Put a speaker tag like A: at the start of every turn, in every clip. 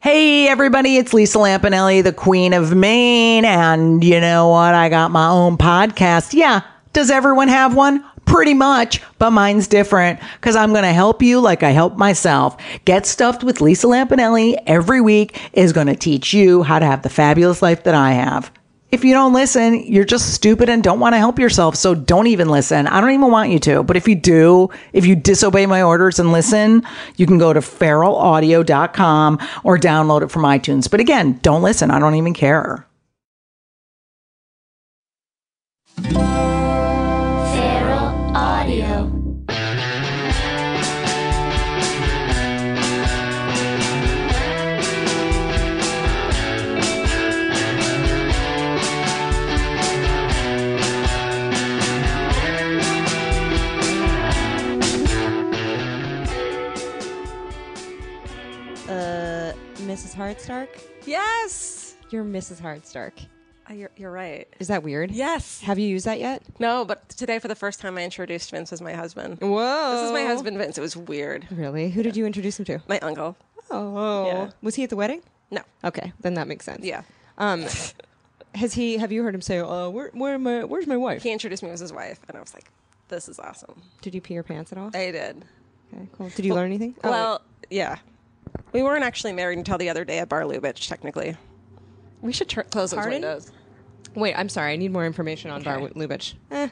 A: Hey, everybody, it's Lisa Lampanelli, the Queen of Maine. And you know what? I got my own podcast. Yeah. Does everyone have one? Pretty much, but mine's different because I'm going to help you like I help myself. Get Stuffed with Lisa Lampanelli every week is going to teach you how to have the fabulous life that I have. If you don't listen, you're just stupid and don't want to help yourself. So don't even listen. I don't even want you to. But if you do, if you disobey my orders and listen, you can go to feralaudio.com or download it from iTunes. But again, don't listen. I don't even care.
B: Feral Audio.
C: Uh, Mrs. Hardstark?
D: Yes.
C: You're Mrs. Hardstark.
D: Uh, You're, you're right.
C: Is that weird?
D: Yes.
C: Have you used that yet?
D: No, but today for the first time I introduced Vince as my husband.
C: Whoa.
D: This is my husband Vince. It was weird.
C: Really? Who did you introduce him to?
D: My uncle.
C: Oh.
D: Yeah.
C: Was he at the wedding?
D: No.
C: Okay, then that makes sense.
D: Yeah.
C: Um, has he? Have you heard him say, "Uh, where, where my, where's my wife?"
D: He introduced me as his wife and I was like, this is awesome.
C: Did you pee your pants at all?
D: I did.
C: Okay, cool. Did you learn anything? Oh,
D: Well, yeah. We weren't actually married until the other day at Bar Lubitsch, technically. We should tur- close those
C: Pardon?
D: windows.
C: wait. I'm sorry. I need more information on Bar Lubitsch. Eh,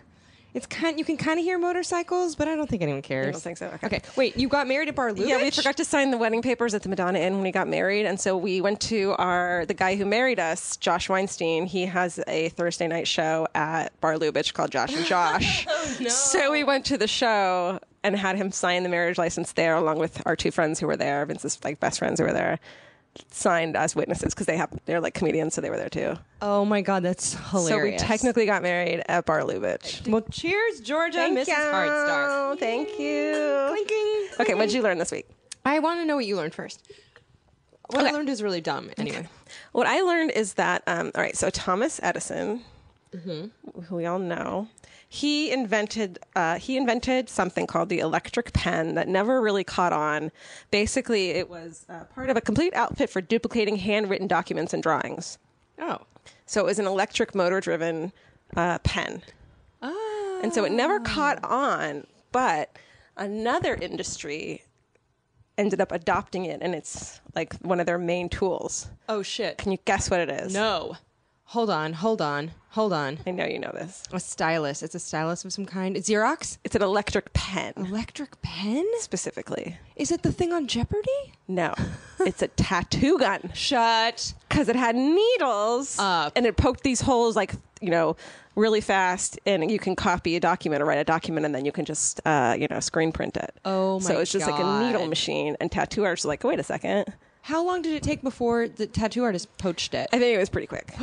C: it's kind. You can kind of hear motorcycles, but I don't think anyone cares. I
D: don't think so? Okay.
C: Okay. Wait. You got married at Bar Lubitsch?
D: Yeah, we forgot to sign the wedding papers at the Madonna Inn when we got married, and so we went to our the guy who married us, Josh Weinstein. He has a Thursday night show at Bar Lubitsch called Josh and Josh. So we went to the show and had him sign the marriage license there, along with our two friends who were there, Vince's like best friends who were there, signed as witnesses because they happen they're like comedians, so they were there too.
C: Oh my God, that's hilarious.
D: So we technically got married at Bar Lubitsch.
C: Well, cheers, Georgia, Mrs.
D: you.
C: Hardstark.
D: Thank you.
C: Clinking.
D: Okay, what did you learn this week?
C: I want to know what you learned first. What I
D: Okay.
C: learned is really dumb. Anyway,
D: What I learned is that, um, all right, so Thomas Edison, who we all know, he invented uh, he invented something called the electric pen that never really caught on. Basically, it was uh, part of a complete outfit for duplicating handwritten documents and drawings.
C: oh,
D: So it was an electric motor driven uh, pen. And so it never caught on, but another industry ended up adopting it, and it's like one of their main tools.
C: oh shit!
D: Can you guess what it is?
C: no, hold on, hold on, hold on.
D: I know you know this.
C: A stylus. It's a stylus of some kind. Xerox.
D: It's an electric pen
C: Electric pen.
D: specifically.
C: Is it the thing on Jeopardy?
D: No, it's a tattoo gun
C: Shut.
D: because it had needles
C: Up.
D: and it poked these holes like you know really fast, and you can copy a document or write a document, and then you can just uh, you know screen print it.
C: Oh
D: So
C: my
D: it's just like a needle
C: God.
D: machine, and tattoo artists are like, wait a second.
C: How long did it take before the tattoo artist poached it?
D: I think it was pretty quick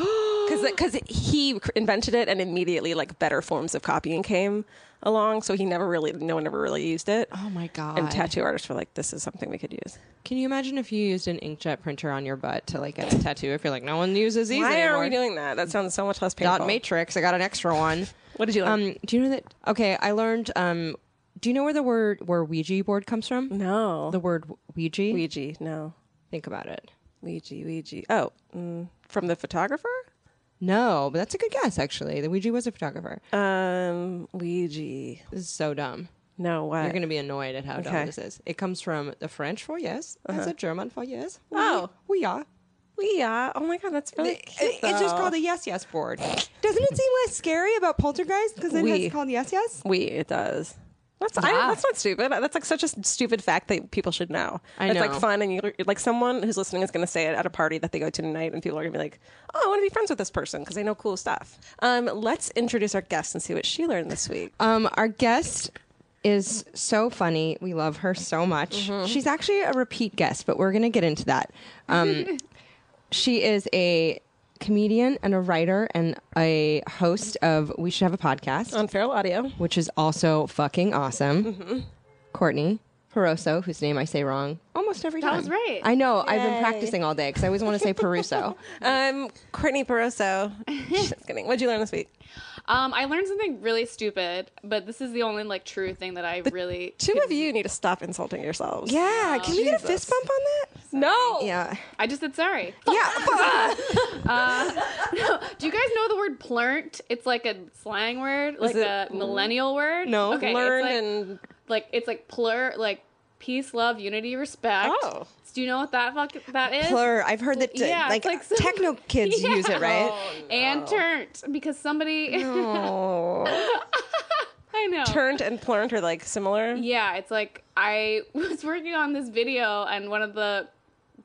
D: because he cr- invented it, and immediately like better forms of copying came along. So he never really, no one ever really used it.
C: Oh my god!
D: And tattoo artists were like, this is something we could use.
C: Can you imagine if you used an inkjet printer on your butt to like get a tattoo? If you're like, no one uses these
D: Why
C: anymore.
D: are we doing that? That sounds so much less painful.
C: dot matrix? I got an extra one.
D: What did you learn?
C: Um, do you know that? Okay, I learned. Um, do you know where the word where Ouija board comes from?
D: no.
C: The word Ouija.
D: Ouija, no.
C: Think about it.
D: Ouija, Ouija. Oh, mm, from the photographer?
C: No, but that's a good guess actually. The Ouija was a photographer.
D: Um, Ouija.
C: This is so dumb.
D: No, what?
C: You're going to be annoyed at how
D: Okay. Uh-huh.
C: dumb this is. It comes from the French for yes, as a German for yes. We-
D: Oh.
C: we are.
D: Ouija. Oh my God, that's really cute,
C: It- it's just
D: though.
C: called a yes yes board. Doesn't it seem less scary about poltergeist because it
D: We-
C: has called yes yes?
D: We, it does. That's, I,
C: Yeah.
D: that's not stupid. That's like such a stupid fact that people should know.
C: I
D: It's like
C: know.
D: fun, and you like someone who's listening is going to say it at a party that they go to tonight, and people are going to be like, "Oh, I want to be friends with this person because they know cool stuff." Um, let's introduce our guest and see what she learned this week.
C: Um, our guest is so funny. We love her so much. She's actually a repeat guest, but we're going to get into that. Um, she is a comedian and a writer and a host of We Should Have a Podcast,
D: on Feral Audio.
C: which is also fucking awesome. Courtney. Peroso, whose name I say wrong almost every time.
E: was right.
C: I know. I've been practicing all day because I always want to say Peruso.
D: Um, Courtney Barroso. Just kidding. What'd you learn this week?
E: Um, I learned something really stupid, but this is the only like true thing that I really
D: Two of you need to stop insulting yourselves.
C: yeah. Can we get a fist bump on that?
E: No.
C: Yeah.
E: I just said sorry.
C: Yeah.
E: Do you guys know the word plurnt? It's like a slang word, like
D: it-
E: a millennial word.
C: No.
E: it's
D: learned
E: like,
D: and
E: like it's like plur, like peace, love, unity, respect.
D: Oh.
E: Do you know what that fuck that is?
C: Plur. I've heard that uh,
E: Yeah,
C: like,
E: it's like some-
C: techno kids
E: Yeah.
C: use it, right?
E: And turnt because somebody.
D: oh,
E: I know.
D: turned and plurned are like similar.
E: Yeah, it's like I was working on this video and one of the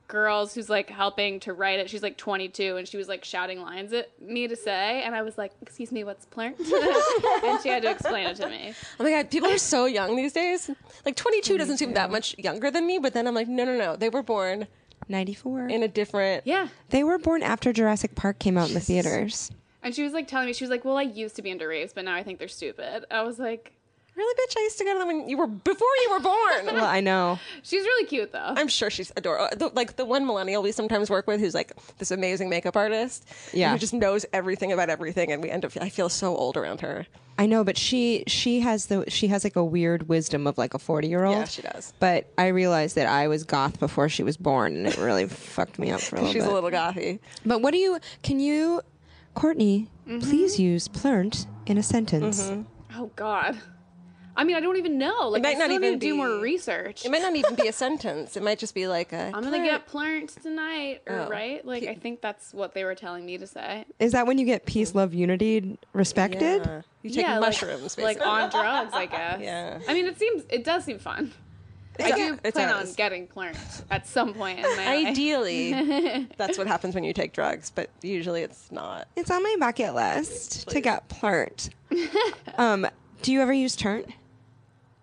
E: girls who's like helping to write it, she's like 22 and she was like shouting lines at me to say and I was like, "Excuse me, what's plurnt?" and she had to explain it to me.
D: Oh my god, people are so young these days. Like 22 doesn't seem that much younger than me, but then I'm like, no, no, no. They were born
C: 94.
D: in a different.
E: Yeah.
C: They were born after Jurassic Park came out in the theaters.
E: And she was like telling me she was like, "Well, I used to be into raves, but now I think they're stupid." I was like,
D: Really, bitch? I used to go to them when you were before you were born.
C: Well, I know.
E: "She's really cute though."
D: I'm sure she's adorable. The- like the one millennial we sometimes work with, who's like this amazing makeup artist.
C: Yeah.
D: who just knows everything about everything, and we end up. I feel so old around her.
C: I know, but she she has the she has like a weird wisdom of like a forty year old.
D: Yeah, she does.
C: But I realized that I was goth before she was born, and it really fucked me up for a little
D: She's
C: bit.
D: a little gothy.
C: but what do you? Can you, Courtney?
D: Mm-hmm.
C: Please use plurnt in a sentence.
E: oh god. I mean, I don't even know. Like,
D: might
E: I
D: not
E: still need
D: even
E: to do
D: be-
E: more research.
D: It might not even be a sentence. It might just be like a.
C: Um,
E: I'm gonna get plurnt tonight, or
D: Oh.
E: right? Like, I think that's what they were telling me to say.
C: Is that when you get peace, love, unity, respected?
D: Mm-hmm. Yeah. You take
E: like-
D: mushrooms,
E: like,
D: basically.
E: on drugs, I guess.
D: Yeah.
E: I mean, it seems it does seem fun. I do
D: it
E: plan on
D: does.
E: getting plurnt at some point in my life.
D: Ideally, that's what happens when you take drugs, but usually it's not.
C: It's on my bucket list to get plurnt. um, do you ever use turnt?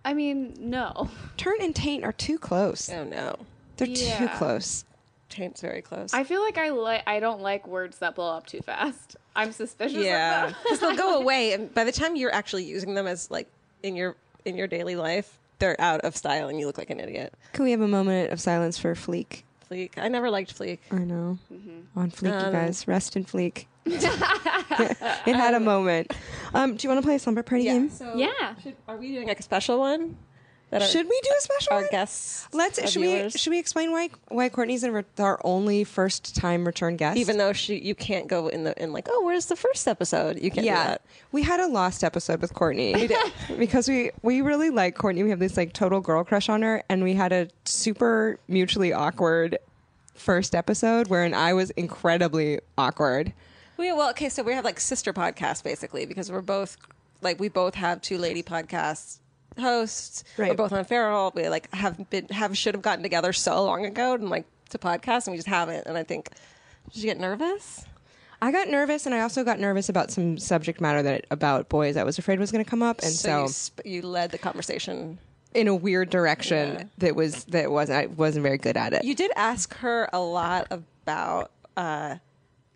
E: I mean, no.
C: Turnt and taint are too close.
D: Oh no,
C: They're too
E: Yeah.
C: close.
D: taint's very close.
E: I feel like I like I don't like words that blow up too fast. I'm suspicious.
D: yeah,
E: Of them.
D: because they'll go away, and by the time you're actually using them as like in your in your daily life, they're out of style, and you look like an idiot.
C: Can we have a moment of silence for Fleek?
D: Fleek, I never liked Fleek.
C: I know.
D: Mm-hmm.
C: On Fleek,
D: Um,
C: you guys. Rest in Fleek. it had a moment. Um, do you want to play a slumber party game?
D: So
E: Yeah.
D: should, are we doing like a special one? That our,
C: Should we do a special?
D: our
C: one?
D: guests? our
C: Let's. Should we?
D: viewers?
C: Should we explain why why Courtney's a re- our only first time return guest?
D: Even though she, you can't go in the in like, oh, where's the first episode? You can't do
C: yeah,
D: that.
C: we had a lost episode with Courtney. We did because we we really like Courtney. We have this like total girl crush on her, and we had a super mutually awkward first episode wherein I was incredibly awkward.
D: We, well, okay, so we have like sister podcasts basically because we're both like we both have two lady podcasts hosts. We're
C: Right.
D: both on Feral. We like have been have should have gotten together so long ago and like to podcast and we just haven't. And I think did you get nervous?
C: I got nervous, and I also got nervous about some subject matter that about boys I was afraid was going to come up, and so,
D: you, sp- you led the conversation.
C: in a weird direction that was that wasn't I wasn't very good at it.
D: You did ask her a lot about uh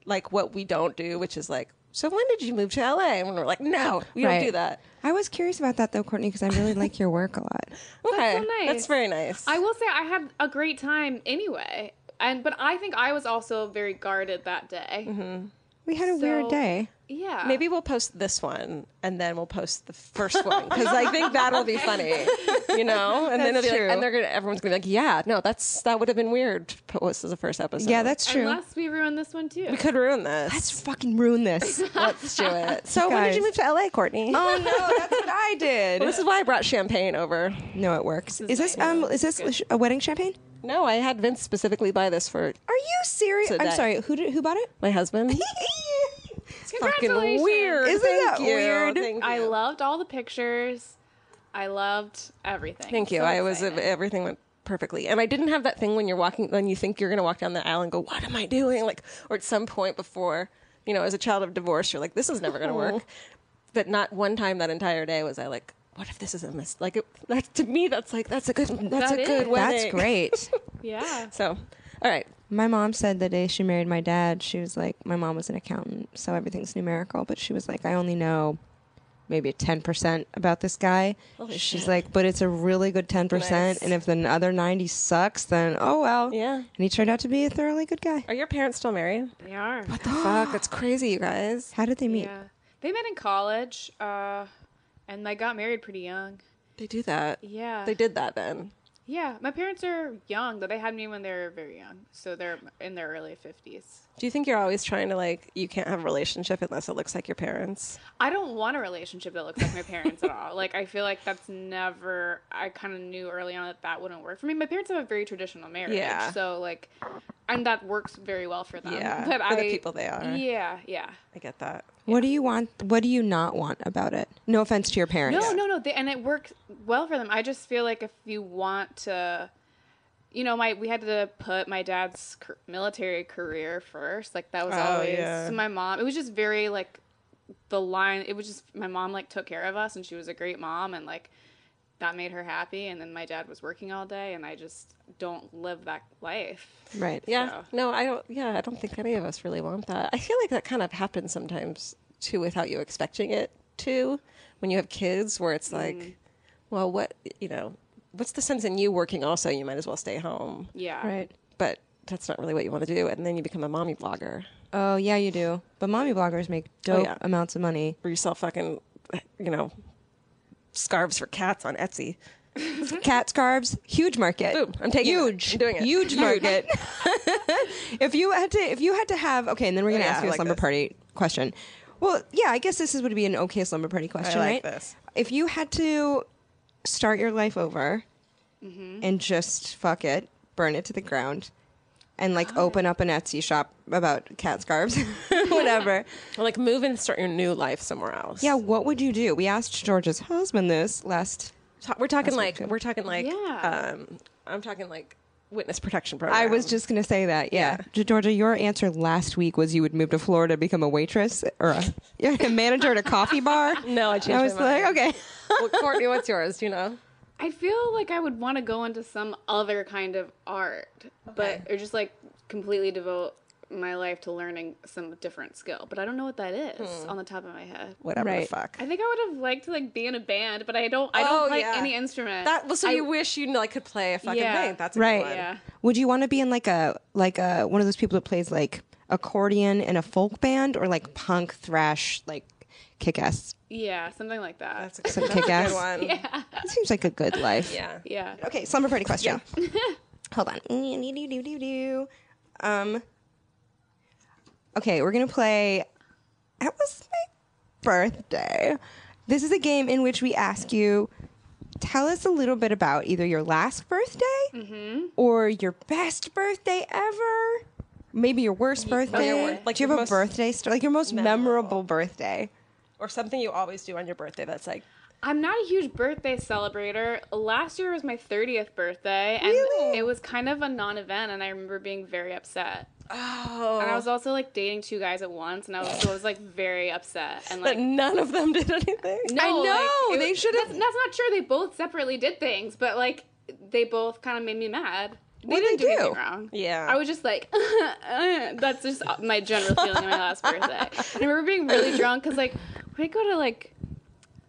D: like what we don't do, which is like. So when did you move to LA? And we we're like, no, we
C: Right.
D: don't do that.
C: I was curious about that though, Courtney, because I really like your work a lot.
D: Okay,
E: so nice.
D: that's very nice.
E: I will say I had a great time anyway, and but I think I was also very guarded that day.
C: We had a
E: So-
C: weird day.
E: Yeah.
D: Mm-hmm. Maybe we'll post this one and then we'll post the first one because I think that'll be funny, you know. And then
C: That's
D: it'll be
C: true.
D: like, and they're gonna, everyone's gonna be like, yeah, no, that's that would have been weird. to Post as the first episode.
C: Yeah, that's true.
E: Unless we ruin this one too.
D: we could ruin this.
C: Let's fucking ruin this.
D: Let's do it. So when did
C: Guys.
D: you move to LA, Courtney?
C: oh no, that's what I did.
D: This is why I brought champagne over.
C: no, it works. Is this
E: nice.
C: um is this a wedding champagne?
D: No, I had Vince specifically buy this for
C: Are you serious?
D: Today.
C: I'm sorry. Who did, who bought it?
D: my husband.
C: It's
E: Congratulations.
C: Isn't
D: Thank
C: that
D: you.
C: weird?
D: Thank
E: I
D: you.
E: loved all the pictures. I loved everything.
D: Thank you.
E: So
D: I was
E: excited.
D: everything went perfectly, and I didn't have that thing when you're walking when you think you're going to walk down the aisle and go, "What am I doing?" Like, or at some point before, you know, as a child of divorce, you're like, "This is never going to work." But not one time that entire day was I like, "What if this is a mis Like, it, that's to me, that's like that's a good that's
E: That
D: a good
E: is.
D: wedding.
C: That's great.
E: Yeah.
D: So, all right,
C: My mom said the day she married my dad, she was like, my mom was an accountant, so everything's numerical, but she was like, I only know maybe 10% about this guy. She's like, but it's a really good 10%,
D: Nice.
C: and if the other 90 sucks, then oh well.
D: Yeah.
C: And he turned out to be a thoroughly good guy.
D: are your parents still married?
E: They are.
D: Fuck, that's crazy, you guys.
C: How did they meet?
E: Yeah. They met in college, uh, and they got married pretty young.
D: They do that.
E: Yeah.
D: They did that then.
E: Yeah, my parents are young, though they had me when they were very young, so they're in their early fifties.
D: Do you think you're always trying to like you can't have a relationship unless it looks like your parents?
E: I don't want a relationship that looks like my parents at all. Like I feel like that's never. I kind of knew early on that that wouldn't work for me. My parents have a very traditional marriage,
D: Yeah.
E: so like, and that works very well for them.
D: Yeah,
E: but
D: for
E: I,
D: the people they are.
E: Yeah, yeah.
D: I get that.
C: What do you want? What do you not want about it? No offense to your parents.
E: No, no, no. They, and it worked well for them. I just feel like if you want to, you know, my we had to put my dad's car- military career first. Like that was
D: Oh,
E: always
D: yeah.
E: so my mom. It was just very like the line. It was just my mom like took care of us, and she was a great mom, and like that made her happy. And then my dad was working all day, and I just don't live that life.
C: Right.
D: Yeah. No, I don't. Yeah, I don't think any of us really want that. I feel like that kind of happens sometimes too, without you expecting it to, when you have kids, where it's
E: Mm-hmm.
D: like, well, what you know, what's the sense in you working? Also, you might as well stay home.
E: Yeah.
C: Right.
D: But that's not really what you want to do, and then you become a mommy blogger,
C: Oh yeah, you do. But mommy bloggers make
E: Oh,
C: dope
D: yeah.
C: amounts of money.
D: where you sell fucking, you know, scarves for cats on Etsy.
C: Cat scarves, huge market.
D: Mm-hmm. Boom, I'm taking it.
C: huge,
D: I'm doing it.
C: huge market. if you had to, if you had to have okay, and then we're gonna
D: yeah,
C: ask
D: I
C: you a
D: like
C: slumber
D: this.
C: party question. Well, yeah, I guess this is would be an okay slumber party question,
D: like
C: right?
D: this.
C: If you had to start your life over
D: Mm-hmm.
C: and just fuck it, burn it to the ground, and like open up an Etsy shop about cat scarves, whatever.
D: Or like move and start your new life somewhere else.
C: Yeah, what would you do? We asked George's husband this last.
D: Ta- we're talking like we're talking like
E: Yeah.
D: um I'm talking like witness protection program.
C: I was just going to say that. Yeah. G- Georgia, your answer last week was you would move to Florida, become a waitress or a, you're a manager at a coffee bar.
D: No, I changed
C: I
D: my
C: was
D: mind.
C: like, okay.
D: well, Courtney, what's yours? Do you know?
E: I feel like I would want to go into some other kind of art, but or just like completely devote my life to learning some different skill. But I don't know what that is
D: Hmm.
E: on the top of my head.
D: Whatever
C: Right.
D: the fuck.
E: I think I would have liked to like be in a band, but I don't. I don't
D: Oh,
E: play
D: yeah.
E: any instrument.
D: That well, so
E: I-
D: you wish you like could play a fucking
E: Yeah.
D: thing. That's a
C: Right.
D: Good one.
E: Yeah.
C: Would you want to be in like a, like a, one of those people that plays like accordion in a folk band or like punk thrash, like kick ass?
E: yeah, something like that.
D: That's a good,
C: Some
D: that's a good
C: kick-ass.
D: one. Yeah.
C: It seems like a good life.
E: yeah.
C: Okay. Slumber party question. Hold on. Um, okay, we're going to play. It was my birthday. This is a game in which we ask you tell us a little bit about either your last birthday
D: Mm-hmm.
C: or your best birthday ever. Maybe your worst birthday.
D: wor- like
C: Do you
D: your
C: have a
D: most
C: birthday story? Like your most memorable birthday.
D: Or something you always do on your birthday. That's like
E: I'm not a huge birthday celebrator. Last year was my 30th birthday, and
C: Really?
E: it was kind of a non-event, and I remember being very upset.
D: oh,
E: And I was also like dating two guys at once, and I was, so I was like very upset. And
D: but
E: like,
D: none of them did anything.
E: no,
C: I know,
E: it
C: they
E: was-
C: should have-
E: That's, that's not true. They both separately did things, but like they both kind of made me mad. They
C: What'd
E: didn't
C: they
E: do anything
C: do?
E: wrong.
D: Yeah.
E: I was just like, "Uh," that's just my general feeling on my last birthday. And I remember being really drunk because like we go to like.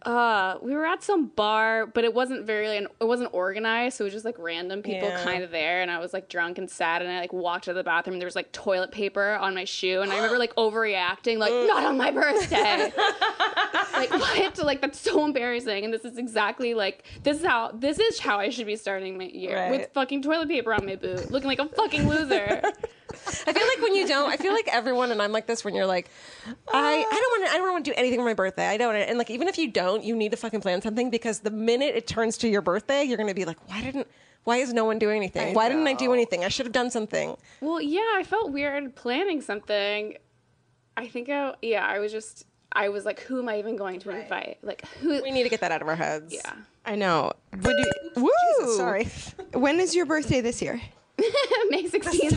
E: Uh, we were at some bar, but it wasn't very, it wasn't organized, so it was just like random people
D: Yeah.
E: kind of there. And I was like drunk and sad, and I like walked out of the bathroom. And there was like toilet paper on my shoe, and I remember like overreacting, like
C: Mm.
E: not on my birthday like what? Like that's so embarrassing. And this is exactly like this is how this is how I should be starting my year
D: Right.
E: with fucking toilet paper on my boot, looking like a fucking loser.
D: I feel like when you don't, I feel like everyone, and I'm like this when you're like, I, I don't want to, I don't want to do anything for my birthday. I don't, wanna-" and like even if you don't, you need to fucking plan something because the minute it turns to your birthday, you're gonna be like, why didn't, why is no one doing anything? why didn't I do anything? I should have done something.
E: well, yeah, I felt weird planning something. I think I yeah, I was just I was like, who am I even going to invite? Like who?
D: We need to get that out of our heads.
E: yeah.
C: I know. Would you, woo!
D: Jesus, sorry.
C: When is your birthday this year?
E: May 16th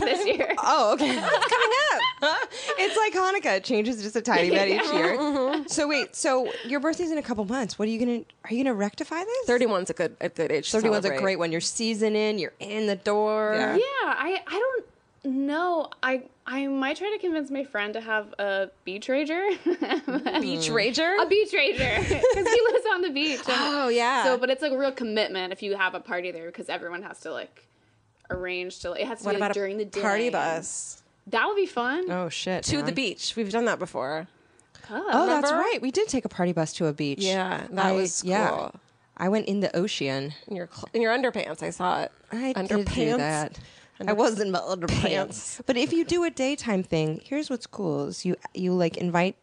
E: this year.
C: Oh, okay. It's coming up. it's like Hanukkah. It changes just a tiny bit each year. So wait, so your birthday's in a couple months. What are you gonna are you gonna rectify this?
D: 31's a good, a good age. to
C: 31's a
D: celebrate.
C: great one. You're season in, you're in the door.
D: Yeah.
E: Yeah, I I don't know. I I might try to convince my friend to have a beach rager.
D: Beach rager.
E: a beach rager because he lives on the beach. and-
C: Oh, yeah.
E: So, but it's like a real commitment if you have a party there because everyone has to like arrange to. Like, it has to
D: what
E: be like,
D: about
E: during
D: a
E: the day.
D: party bus
E: That would be fun.
C: Oh shit.
D: to the
C: man.
D: beach? We've done that before.
E: Oh,
C: Oh, that's
D: Remember?
C: right. We did take a party bus to a beach.
D: Yeah, that was
C: Yeah.
D: cool.
C: I went in the ocean.
D: in your cl- in your underpants. I saw it.
C: I
D: underpants.
C: did do that. I was in my underpants. But if you do a daytime thing, here's what's cool: is you you like invite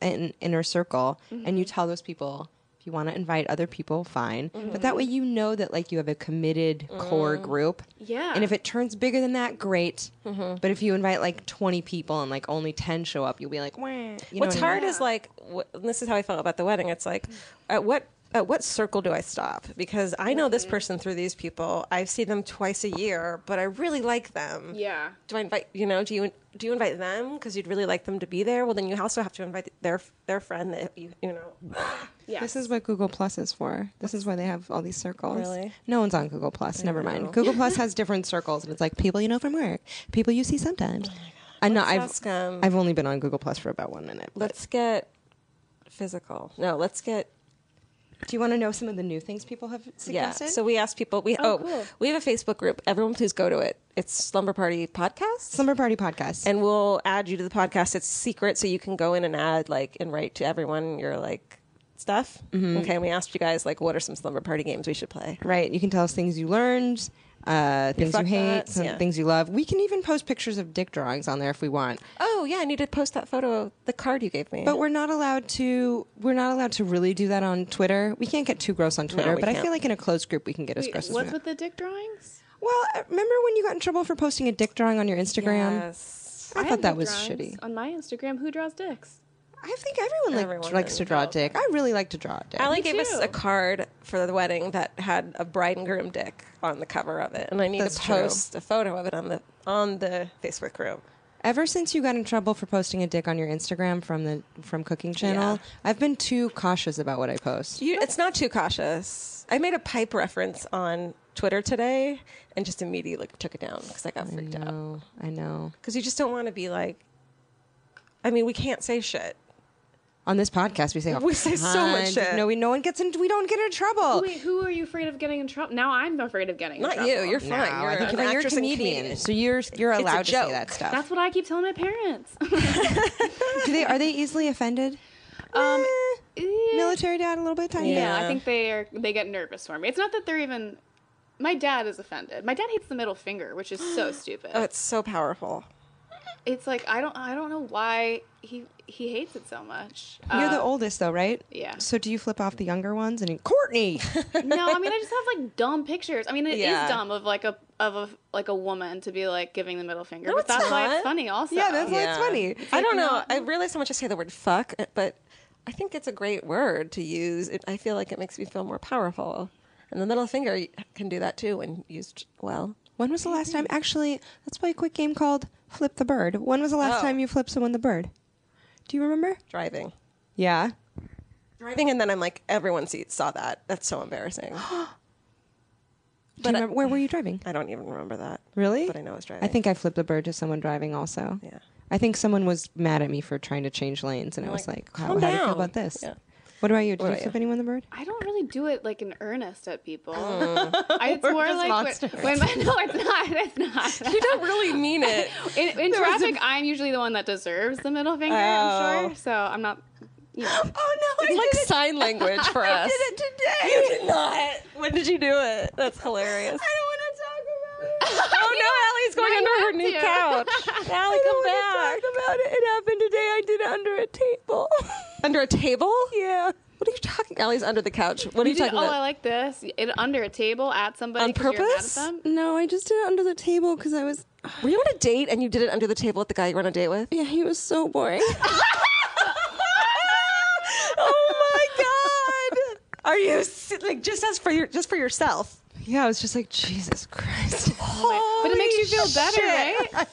C: an inner circle, and you tell those people if you want to invite other people, fine. But that way, you know that like you have a committed core group.
E: Yeah.
C: And if it turns bigger than that, great. But if you invite like 20 people and like only 10 show up, you'll be like, Wah. You know
D: What's
C: what I mean?
D: hard is like wh- and this is how I felt about the wedding. It's like at what at what circle do I stop? Because I know
E: Mm-hmm.
D: this person through these people. I see them twice a year, but I really like them.
E: Yeah.
D: Do I invite you know? Do you do you invite them because you'd really like them to be there? Well, then you also have to invite their their friend that you you know.
E: Yeah.
C: This is what Google Plus is for. This is why they have all these circles.
D: Really?
C: No one's on Google Plus. Never mind. Google Plus has different circles, and it's like people you know from work, people you see sometimes. I know. I've
D: ask, um,
C: I've only been on Google Plus for about one minute. but-
D: Let's get physical. No, let's get
C: Do you want to know some of the new things people have
D: yeah.
C: suggested?
D: So we asked people. We oh, we have a Facebook group. Everyone, please go to it. It's Slumber Party Podcast.
C: slumber party podcast.
D: and we'll add you to the podcast. It's secret, so you can go in and add like and write to everyone your like stuff. Okay, and we asked you guys like what are some slumber party games we should play.
C: right. You can tell us things you learned. Uh, things you
D: fuck
C: hate,
D: nuts,
C: some
D: yeah.
C: things you love. We can even post pictures of dick drawings on there if we want.
D: Oh yeah, I need to post that photo of the card you gave me.
C: But we're not allowed to. We're not allowed to really do that on Twitter. We can't get too gross on Twitter.
D: we
C: but I
D: can't.
C: feel like in a closed group we can get as
E: Wait,
C: gross as we
E: what's
C: want.
E: with the dick drawings?
C: Well, uh, remember when you got in trouble for posting a dick drawing on your Instagram?
D: yes.
C: I,
E: I
C: thought
E: have
C: that
E: dick
C: was
E: drawings
C: shitty.
E: On my Instagram, who draws dicks?
C: I think everyone, like,
D: Everyone
C: likes to draw a dick. I really like to draw a dick.
D: Allie gave us
E: too.
D: a card for the wedding that had a bride and groom dick on the cover of it, and I need
C: That's
D: to
C: true.
D: post a photo of it on the on the Facebook group.
C: Ever since you got in trouble for posting a dick on your Instagram from the from Cooking Channel,
D: Yeah.
C: I've been too cautious about what I post.
D: You, it's not too cautious. I made a pipe reference on Twitter today, and just immediately took it down because I got freaked out.
C: No, I know.
D: because you just don't want to be like. I mean, we can't say shit.
C: On this podcast, we say all
D: We say so much
C: kinds-
D: shit.
C: No, we no one gets in. We don't get in trouble.
E: Wait, who are you afraid of getting in trouble? Now I'm afraid of getting in
D: Not
E: trouble.
D: you. You're
C: No,
D: fine.
C: I
D: you're,
C: think
D: an
C: you're, you're a
D: actress and
C: comedian, so you're you're
D: a
C: allowed to say
D: joke.
C: that stuff.
E: That's what I keep telling my parents.
C: Do they are they easily offended?
E: um,
C: Eh, military dad, a little bit tiny.
E: Yeah,
D: Yeah.
E: I think they are. They get nervous for me. It's not that they're even. My dad is offended. My dad hates the middle finger, which is so stupid.
D: Oh, it's so powerful.
E: it's like I don't. I don't know why he he hates it so much.
C: You're
E: Uh,
C: the oldest though, right?
E: yeah.
C: So do you flip off the younger ones and you- Courtney?
E: no, I mean I just have like dumb pictures. I mean it is
D: Yeah.
E: dumb of like a of a like a woman to be like giving the middle finger, but
D: it's
E: that's why
D: not.
E: it's funny. Also,
C: Yeah, that's why- Well, it's funny. It's
D: I don't know. I realize how much I say the word "fuck," eh, but I think it's a great word to use. It, I feel like it makes me feel more powerful. And the middle finger can do that too when used well.
C: when was the last time? Actually, let's play a quick game called Flip the Bird. When was the last
D: Oh.
C: time you flipped someone the bird? Do you remember?
D: Driving,
C: Yeah.
D: driving, and then I'm like, everyone see, saw that. That's so embarrassing.
C: Do you remember, where were you driving?
D: I don't even remember that.
C: Really?
D: But I know I was driving.
C: I think I flipped the bird to someone driving also.
D: Yeah.
C: I think someone was mad at me for trying to change lanes, and I was like,
D: like,
C: "Wow,
D: calm
C: how do you feel
D: down."
C: about this?"
D: Yeah.
C: What about you? Did you
D: about
C: flip anyone the bird?
E: I don't really do it like in earnest at people. I, it's more
C: just
E: like when, when my, no, it's not. It's not.
D: you don't really mean it.
E: In, in traffic, i I'm usually the one that deserves the middle finger. I'm
D: Oh.
E: sure, so I'm not. You know.
C: Oh no!
D: It's like sign language for us.
C: today.
D: You did not. When did you do it? That's hilarious.
C: I don't want to talk about it.
D: Oh no, Allie's going under her new
E: to.
D: couch. Allie, come back.
C: Talk about it. It happened today. I did it under a table.
D: Under a table? Yeah. What are you talking? Allie's under the couch. What are you,
E: You did,
D: talking
E: oh, I
D: about?
E: like this. It under a table at somebody
D: On
E: 'cause
D: purpose?
E: You're mad at them.
C: no, I just did it under the table because I was.
D: Were you on a date and you did it under the table with the guy you were on a date with?
C: Yeah, he was so boring.
D: oh my god. Are you si- like just as for your just for yourself?
C: yeah, I was just like Jesus Christ.
E: But it makes you feel better, right?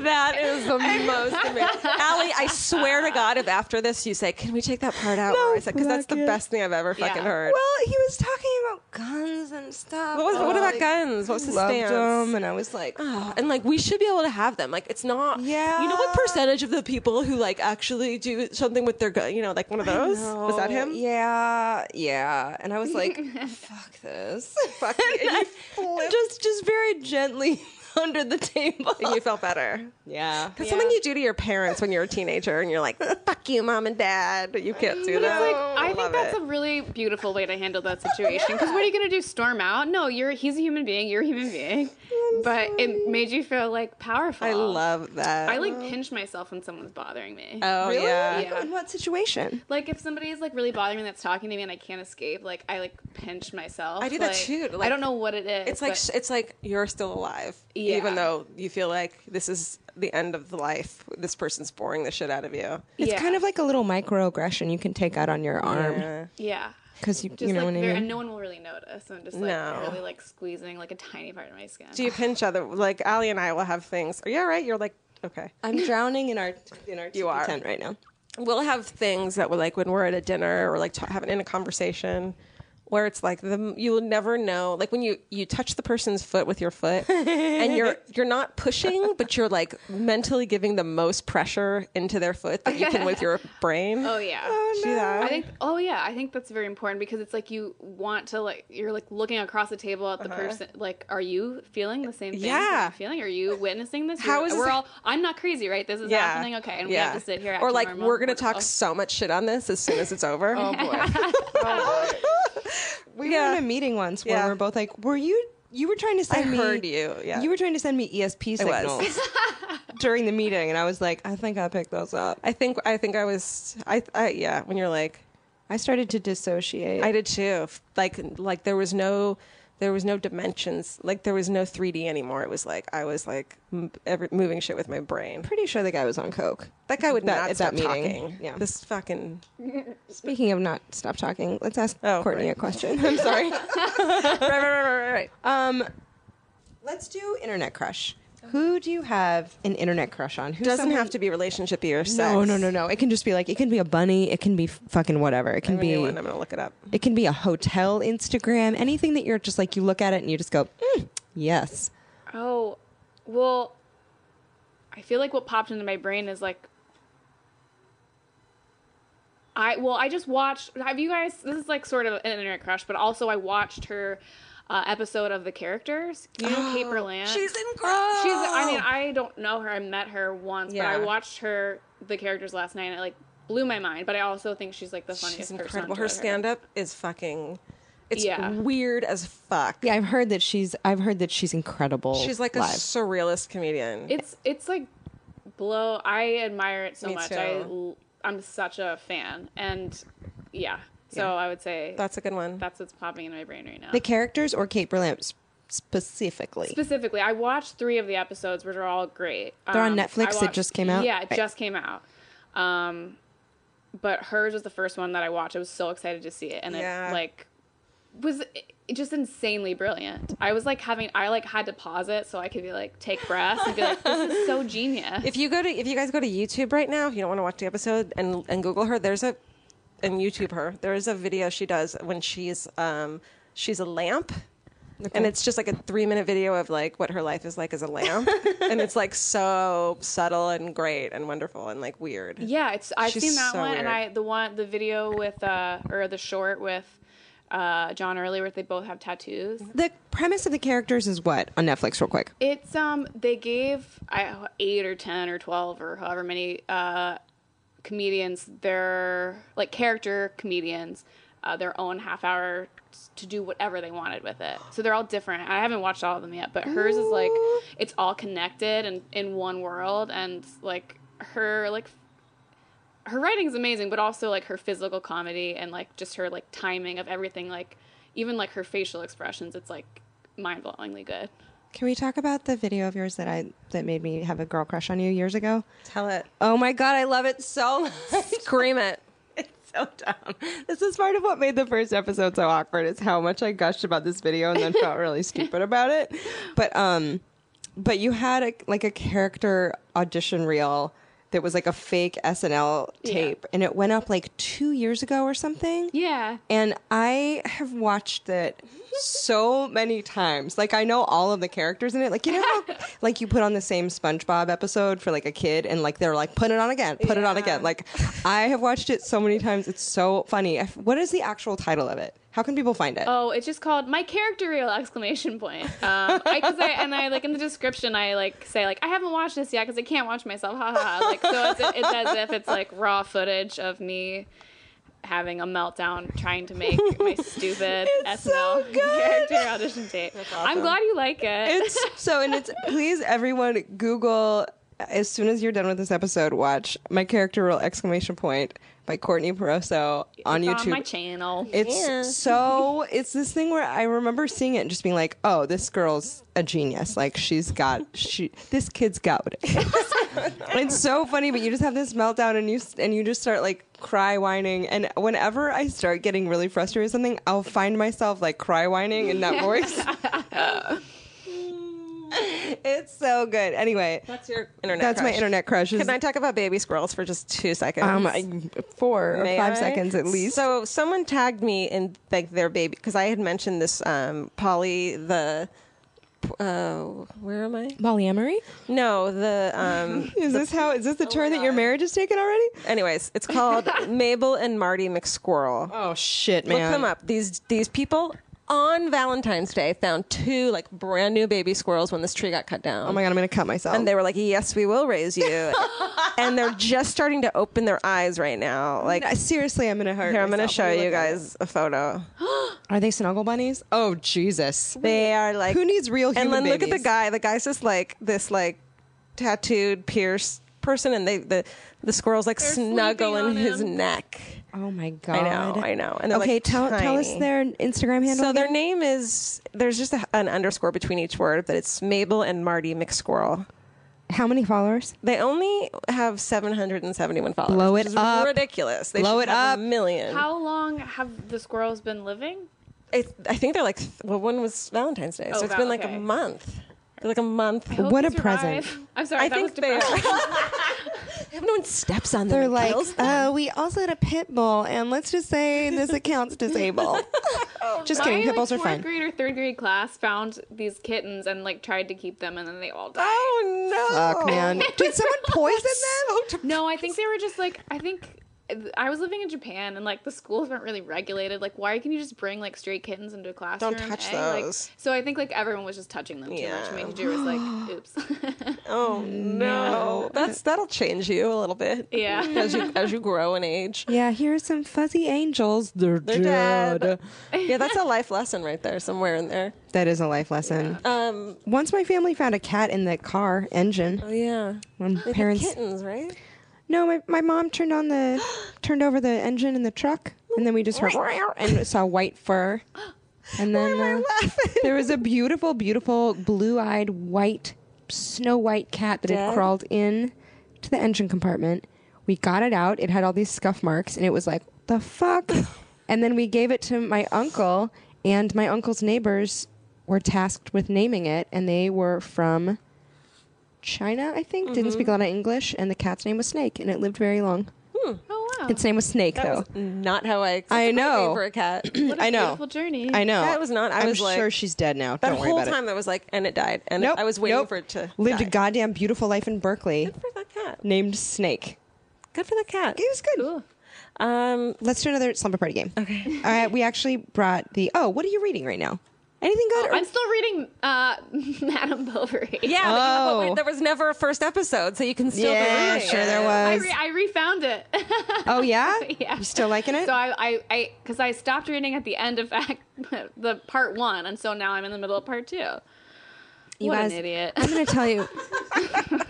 D: That is the most amazing. Allie, I swear to God, if after this you say, "Can we take that part out?"
C: No,
D: where I said, because that's
C: fuck
D: the
C: it.
D: best thing I've ever fucking
E: Yeah.
D: heard.
C: well, he was talking about guns and stuff.
D: What was
C: and
D: what
C: I
D: about
C: like,
D: guns? What was his
C: Loved
D: stance?
C: them, and I was like,
D: Oh, and like we should be able to have them. Like it's not.
C: Yeah.
D: You know what percentage of the people who like actually do something with their gun? You know, like one of those. Was that him?
C: Yeah, yeah. And I was like, fuck this.
D: Fuck you. And you
C: just just very gently under the table.
D: And you felt better.
C: Yeah.
D: That's something you do to your parents when you're a teenager and you're like, fuck you, mom and dad. You can't do
E: But it's
D: that.
E: like I think
D: love
E: that's
D: it.
E: a really beautiful way to handle that situation. Because what are you gonna do? Storm out? No, you're he's a human being. You're a human being. But it made you feel like powerful.
D: Oh. I love that.
E: I like pinch myself when someone's bothering me.
D: Oh
C: Really?
D: yeah.
E: Yeah.
D: In what situation?
E: Like if somebody is like really bothering me, that's talking to me, and I can't escape. Like I like pinch myself.
D: I do that
E: Like,
D: too,
E: I
D: like-
E: don't know what it is.
D: It's like
E: but-
D: sh it's like you're still alive,
E: Yeah.
D: even though you feel like this is the end of the life. This person's boring the shit out of you.
C: It's
E: Yeah.
C: kind of like a little microaggression you can take out on your arm
D: Yeah.
E: yeah.
C: because you,
E: Just
C: you know
E: like
C: what I
E: there,
C: mean.
E: and no one will really notice. I'm just like
D: No.
E: really like squeezing like a tiny part of my skin.
D: Do you pinch other like Ali and I will have things. Are you all right? You're like okay.
C: I'm drowning in our in our
D: You are.
C: tent right now.
D: We'll have things that we're like when we're at a dinner or like t- having in a conversation. Where it's like the you'll never know like when you you touch the person's foot with your foot and you're you're not pushing but you're like mentally giving the most pressure into their foot that you can with your brain.
E: oh yeah.
D: Do that.
E: I think oh yeah, I think that's very important because it's like you want to like you're like looking across the table at the person like are you feeling the same thing? that
D: Uh-huh. Yeah.
E: I'm feeling? Are you witnessing this?
D: How
E: You're-
D: is
E: we're
D: this-
E: all I'm not crazy, right? This is happening, okay. And we have to sit here
D: Or
E: acting
D: like
E: normal.
D: we're gonna talk
E: Oh.
D: so much shit on this as soon as it's over. oh boy.
C: We were
D: Yeah.
C: in a meeting once where
D: Yeah.
C: we were both like, "Were you? You were trying to send me?
D: heard you, yeah.
C: You were trying to send me ESP
D: I was.
C: signals during the meeting, and I was like, I think I picked those up.
D: I think I think I was I, I yeah, when you're like
C: I started to dissociate.
D: I did too. Like like there was no there was no dimensions. Like there was no 3D anymore. It was like I was like m- every, moving shit with my brain.
C: pretty sure the guy was on coke.
D: That guy would
C: That-
D: not
C: at
D: stop
C: that meeting.
D: talking.
C: Yeah.
D: This fucking
C: Speaking of not stop talking, let's ask
D: Oh,
C: Courtney
D: right.
C: a question. I'm sorry. right, right, right, right, right. Um, let's do internet crush. Who do you have an internet crush on? Who
D: doesn't have to be relationshipy or sex.
C: No, no, no, no. It can just be like it can be a bunny. It can be f- fucking whatever. It can
D: I'm
C: be.
D: gonna, I'm gonna look it up.
C: It can be a hotel Instagram. Anything that you're just like you look at it and you just go, "Mm, yes.
E: Oh, well, I feel like what popped into my brain is like, I well, I just watched. Have you guys? This is like sort of an internet crush, but also I watched her uh, episode of The Characters. Do you know Paper Land?
D: She's incredible.
E: She's. I mean, I don't know her. I met her once,
D: Yeah.
E: but I watched her The Characters last night, and it like blew my mind. But I also think she's like the funniest
D: She's
E: person
D: incredible.
E: on
D: Her
E: Twitter.
D: stand up is fucking it's
E: Yeah.
D: weird as fuck.
C: Yeah, I've heard that she's. I've heard that she's incredible.
D: She's like a
C: live.
D: surrealist comedian.
E: It's it's like blow. I admire it so
D: Me
E: much.
D: too.
E: I l- I'm such a fan, and yeah. So I would say that's
D: That's a good one.
E: that's what's popping in my brain right now.
C: the characters or Kate Berlant s- specifically.
E: Specifically, I watched three of the episodes, which are all great.
C: They're on
E: Um,
C: Netflix?
E: I
C: It
E: watched-
C: just came out?
E: Yeah, it
C: Right.
E: just came out. Um, but hers was the first one that I watched. I was so excited to see it, and
D: Yeah.
E: it like was it just insanely brilliant. I was like having I like had to pause it so I could be like take breaths and be like, this is so genius.
D: if you go to if you guys go to YouTube right now, if you don't want to watch the episode and and Google her, there's a and YouTube her. There is a video she does when she's um she's a lamp. And it's just like a three minute video of like what her life is like as a lamp. and it's like so subtle and great and wonderful and like weird.
E: Yeah, it's I've
D: She's
E: seen that
D: so
E: one, and I
D: weird.
E: the one the video with uh or the short with uh John Early where they both have tattoos.
C: the premise of the characters is what on Netflix, real quick.
E: It's um they gave I eight or ten or twelve or however many uh comedians their like character comedians uh, their own half hour to do whatever they wanted with it. So they're all different. I haven't watched all of them yet, but hers is like it's all connected and in one world and like her like her writing's amazing, but also like her physical comedy and like just her like timing of everything like even like her facial expressions it's like mind-blowingly good.
C: Can we talk about the video of yours that I that made me have a girl crush on you years ago?
D: Tell it.
C: Oh my god, I love it so much.
D: Scream it.
C: It's so dumb. This is part of what made the first episode so awkward is how much I gushed about this video and then felt really stupid about it. But um but you had a like a character audition reel that was like a fake SNL
E: Yeah.
C: tape and it went up like 2 years ago or something.
E: Yeah.
C: And I have watched it so many times. Like I know all of the characters in it. Like you know, how, like you put on the same SpongeBob episode for like a kid, and like they're like, put it on again, put it on again. Like I have watched it so many times. It's so funny. I f what is the actual title of it? How can people find it?
E: Oh, it's just called my character reel exclamation point. Um, I, cause I and I like in the description I like say like I haven't watched this yet because I can't watch myself. Ha ha. ha. Like so it's, it's as if it's like raw footage of me having a meltdown trying to make my stupid
C: It's so
E: SNL
C: good.
E: character audition tape. I'm glad you like it.
C: It's so, and it's please everyone Google as soon as you're done with this episode. Watch my character role exclamation point by Courtney Peroso on
E: It's
C: YouTube.
E: my channel.
C: it's
D: Yeah.
C: so it's this thing where I remember seeing it and just being like, "Oh, this girl's a genius! Like she's got she this kid's got what it is." it's so funny, but you just have this meltdown and you s- and you just start like cry whining. And whenever I start getting really frustrated with something, I'll find myself like cry whining in that voice. it's so good. Anyway,
D: That's your internet.
C: that's my
D: crush.
C: internet crush. is-
D: Can I talk about baby squirrels for just two seconds?
C: um, I- four or
D: May
C: five
D: I?
C: seconds at least.
D: So someone tagged me in like their baby because I had mentioned this um, Polly the. Oh, where am I?
C: polyamory?
D: No, the um.
C: Is this how? Is this the turn that your marriage has taken already?
D: anyways, it's called Mabel and Marty McSquirrel.
C: Oh shit, man!
D: Look them up. These these people on Valentine's Day found two like brand new baby squirrels when this tree got cut down.
C: Oh my god, I'm gonna cut myself.
D: And they were like, "Yes, we will raise you," and they're just starting to open their eyes right now. Like,
C: I, seriously, I'm gonna hurt.
D: here I'm going to
C: myself.
D: show
C: Let me
D: you
C: look at it.
D: guys a photo.
C: Are they snuggle bunnies? Oh Jesus!
D: They are like,
C: Mm. Who needs real human
D: And then look at
C: babies?
D: the guy. The guy's just like this, like tattooed, pierced person, and they the the squirrels like
E: sleeping
D: snuggle in
E: on
D: his
E: him.
D: neck.
C: Oh my
D: I
C: god!
D: know, I know. And they're,
C: Okay,
D: like,
C: tell tell us
D: tiny.
C: their Instagram handle.
D: So their
C: again.
D: name is there's just a, an underscore between each word, but it's Mabel and Marty McSquirrel.
C: How many followers?
D: They only have 771 followers.
C: Blow
D: which
C: it
D: is
C: up.
D: Ridiculous. They
C: Blow it
D: should have
C: up.
D: A million.
E: How long have the squirrels been living?
D: I, I think they're like th- well, when was Valentine's Day? So
E: Oh,
D: it's
E: Val-
D: been like
E: okay.
D: a month. They're like a month.
E: I hope
C: What
E: they
C: a present.
E: survive. I'm sorry.
D: I
E: that was
D: think they are.
E: depressing.
D: If no one steps on them.
C: They're
D: and
C: like,
D: kills them.
C: uh, we also had a pit bull, and let's just say this account's disabled.
D: Oh,
C: just kidding,
E: My,
C: pit bulls
E: like,
C: are
E: fourth
C: fine.
E: grade or third grade class found these kittens and like tried to keep them and then they all died.
D: oh no.
C: Fuck, man! Did someone poison
D: Oh,
C: them?
E: No, I think they were just like I think I was living in Japan and like the schools weren't really regulated. Like, why can you just bring like stray kittens into a classroom?
D: touch
E: eh? Like,
D: those.
E: so I think like everyone was just touching them too much.
D: Yeah.
E: And my teacher was like, "Oops."
D: Oh no. That's that'll change you a little bit.
E: Yeah.
D: As you as you grow in age.
C: Yeah, here's some fuzzy angels. They're,
D: They're dead. yeah, that's a life lesson right there, somewhere in there.
C: That is a life lesson.
D: Um,
C: Once my family found a cat in the car engine.
D: oh yeah,
C: When
D: They had
C: parents
D: kittens, right?
C: No, my, my mom turned on the turned over the engine in the truck, and then we just heard and saw white fur. And then uh, there was a beautiful, beautiful blue-eyed white, snow white cat that had
D: Dead?
C: crawled in to the engine compartment. We got it out. It had all these scuff marks, and it was like the fuck. and then we gave it to my uncle, and my uncle's neighbors were tasked with naming it, and they were from China, I think,
D: Mm-hmm.
C: didn't speak a lot of English, and the cat's name was Snake, and it lived very long.
E: oh wow!
C: Its name was Snake,
D: That
C: though.
D: was not how I. expected
C: Oh. I
D: my name
C: know.
D: for a cat.
E: what a
C: I know.
E: Beautiful journey.
C: I know.
D: That was not- I
C: I'm
D: was like-
C: sure she's dead now.
D: That
C: Don't worry
D: whole
C: about
D: time
C: it.
D: I was like, and it died, and
C: Nope.
D: I was waiting
C: nope.
D: for it to
C: lived
D: die.
C: a goddamn beautiful life in Berkeley,
D: Good for the cat.
C: named Snake.
D: Good for the cat.
C: It was good.
E: Cool.
D: Um,
C: Let's do another slumber party game. Okay. All right. We actually brought the. Oh, what are you reading right now? Anything good? or-
E: Oh, I'm still reading uh, Madame Bovary.
D: yeah, but, you know,
C: Oh.
D: but there was never a first episode, so you can still
C: yeah,
D: be reading
C: sure
D: it.
C: there
E: I,
C: was.
E: re- I refound it.
C: oh yeah.
E: yeah.
C: You still liking it?
E: So I, I, I, because I stopped reading at the end of act, the part one, and so now I'm in the middle of part two.
C: You
E: what
C: guys-
E: an idiot!
C: I'm gonna tell you.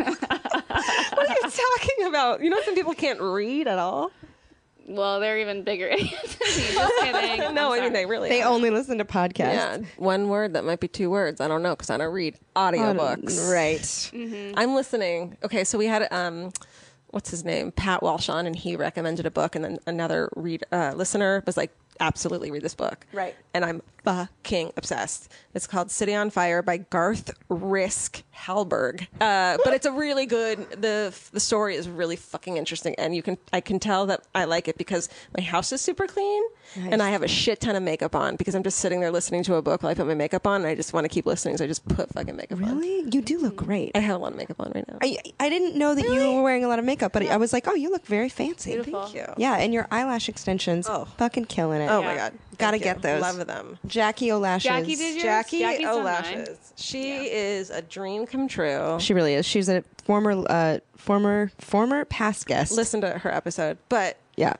D: What are you talking about? You know, some people can't read at all.
E: Well, they're even bigger idiots than me. Just kidding.
D: No, I mean
E: I'm sorry.
D: they really.
C: They
D: are.
C: only listen to podcasts.
D: Yeah, one word that might be two words. I don't know because I don't read audiobooks.
C: Um, Right.
E: Mm-hmm.
C: Mm-hmm.
D: I'm listening. Okay, so we had um, what's his name, Pat Walshon, and he recommended a book, and then another read uh, listener was like, "Absolutely read this book."
C: Right.
D: And I'm fucking obsessed. It's called "City on Fire" by Garth Risk Halberg. Uh, but it's a really good. the The story is really fucking interesting, and you can I can tell that I like it because my house is super clean, and I have a shit ton of makeup on because I'm just sitting there listening to a book while I put my makeup on, and I just want to keep listening, so I just put fucking makeup on.
C: Really? You do
E: Mm-hmm.
C: look great.
D: I have a lot of makeup on right now.
C: I, I didn't know that you were wearing a lot of makeup, but I was like, oh, you look very fancy.
E: Beautiful.
D: Thank you.
C: Yeah, and your eyelash extensions,
D: Oh.
C: fucking killing it.
D: Oh
E: Yeah.
D: my god,
C: Gotta
D: Thank
C: get
D: you.
C: those.
D: Love them.
C: Jackie O'Lashes.
E: Jackie did yours?
D: Jackie
E: Jackie's on mine.
D: O'Lashes. She is a dream come true.
C: She really is. She's a former, uh, former, former past guest.
D: Listen to her episode, but
C: yeah.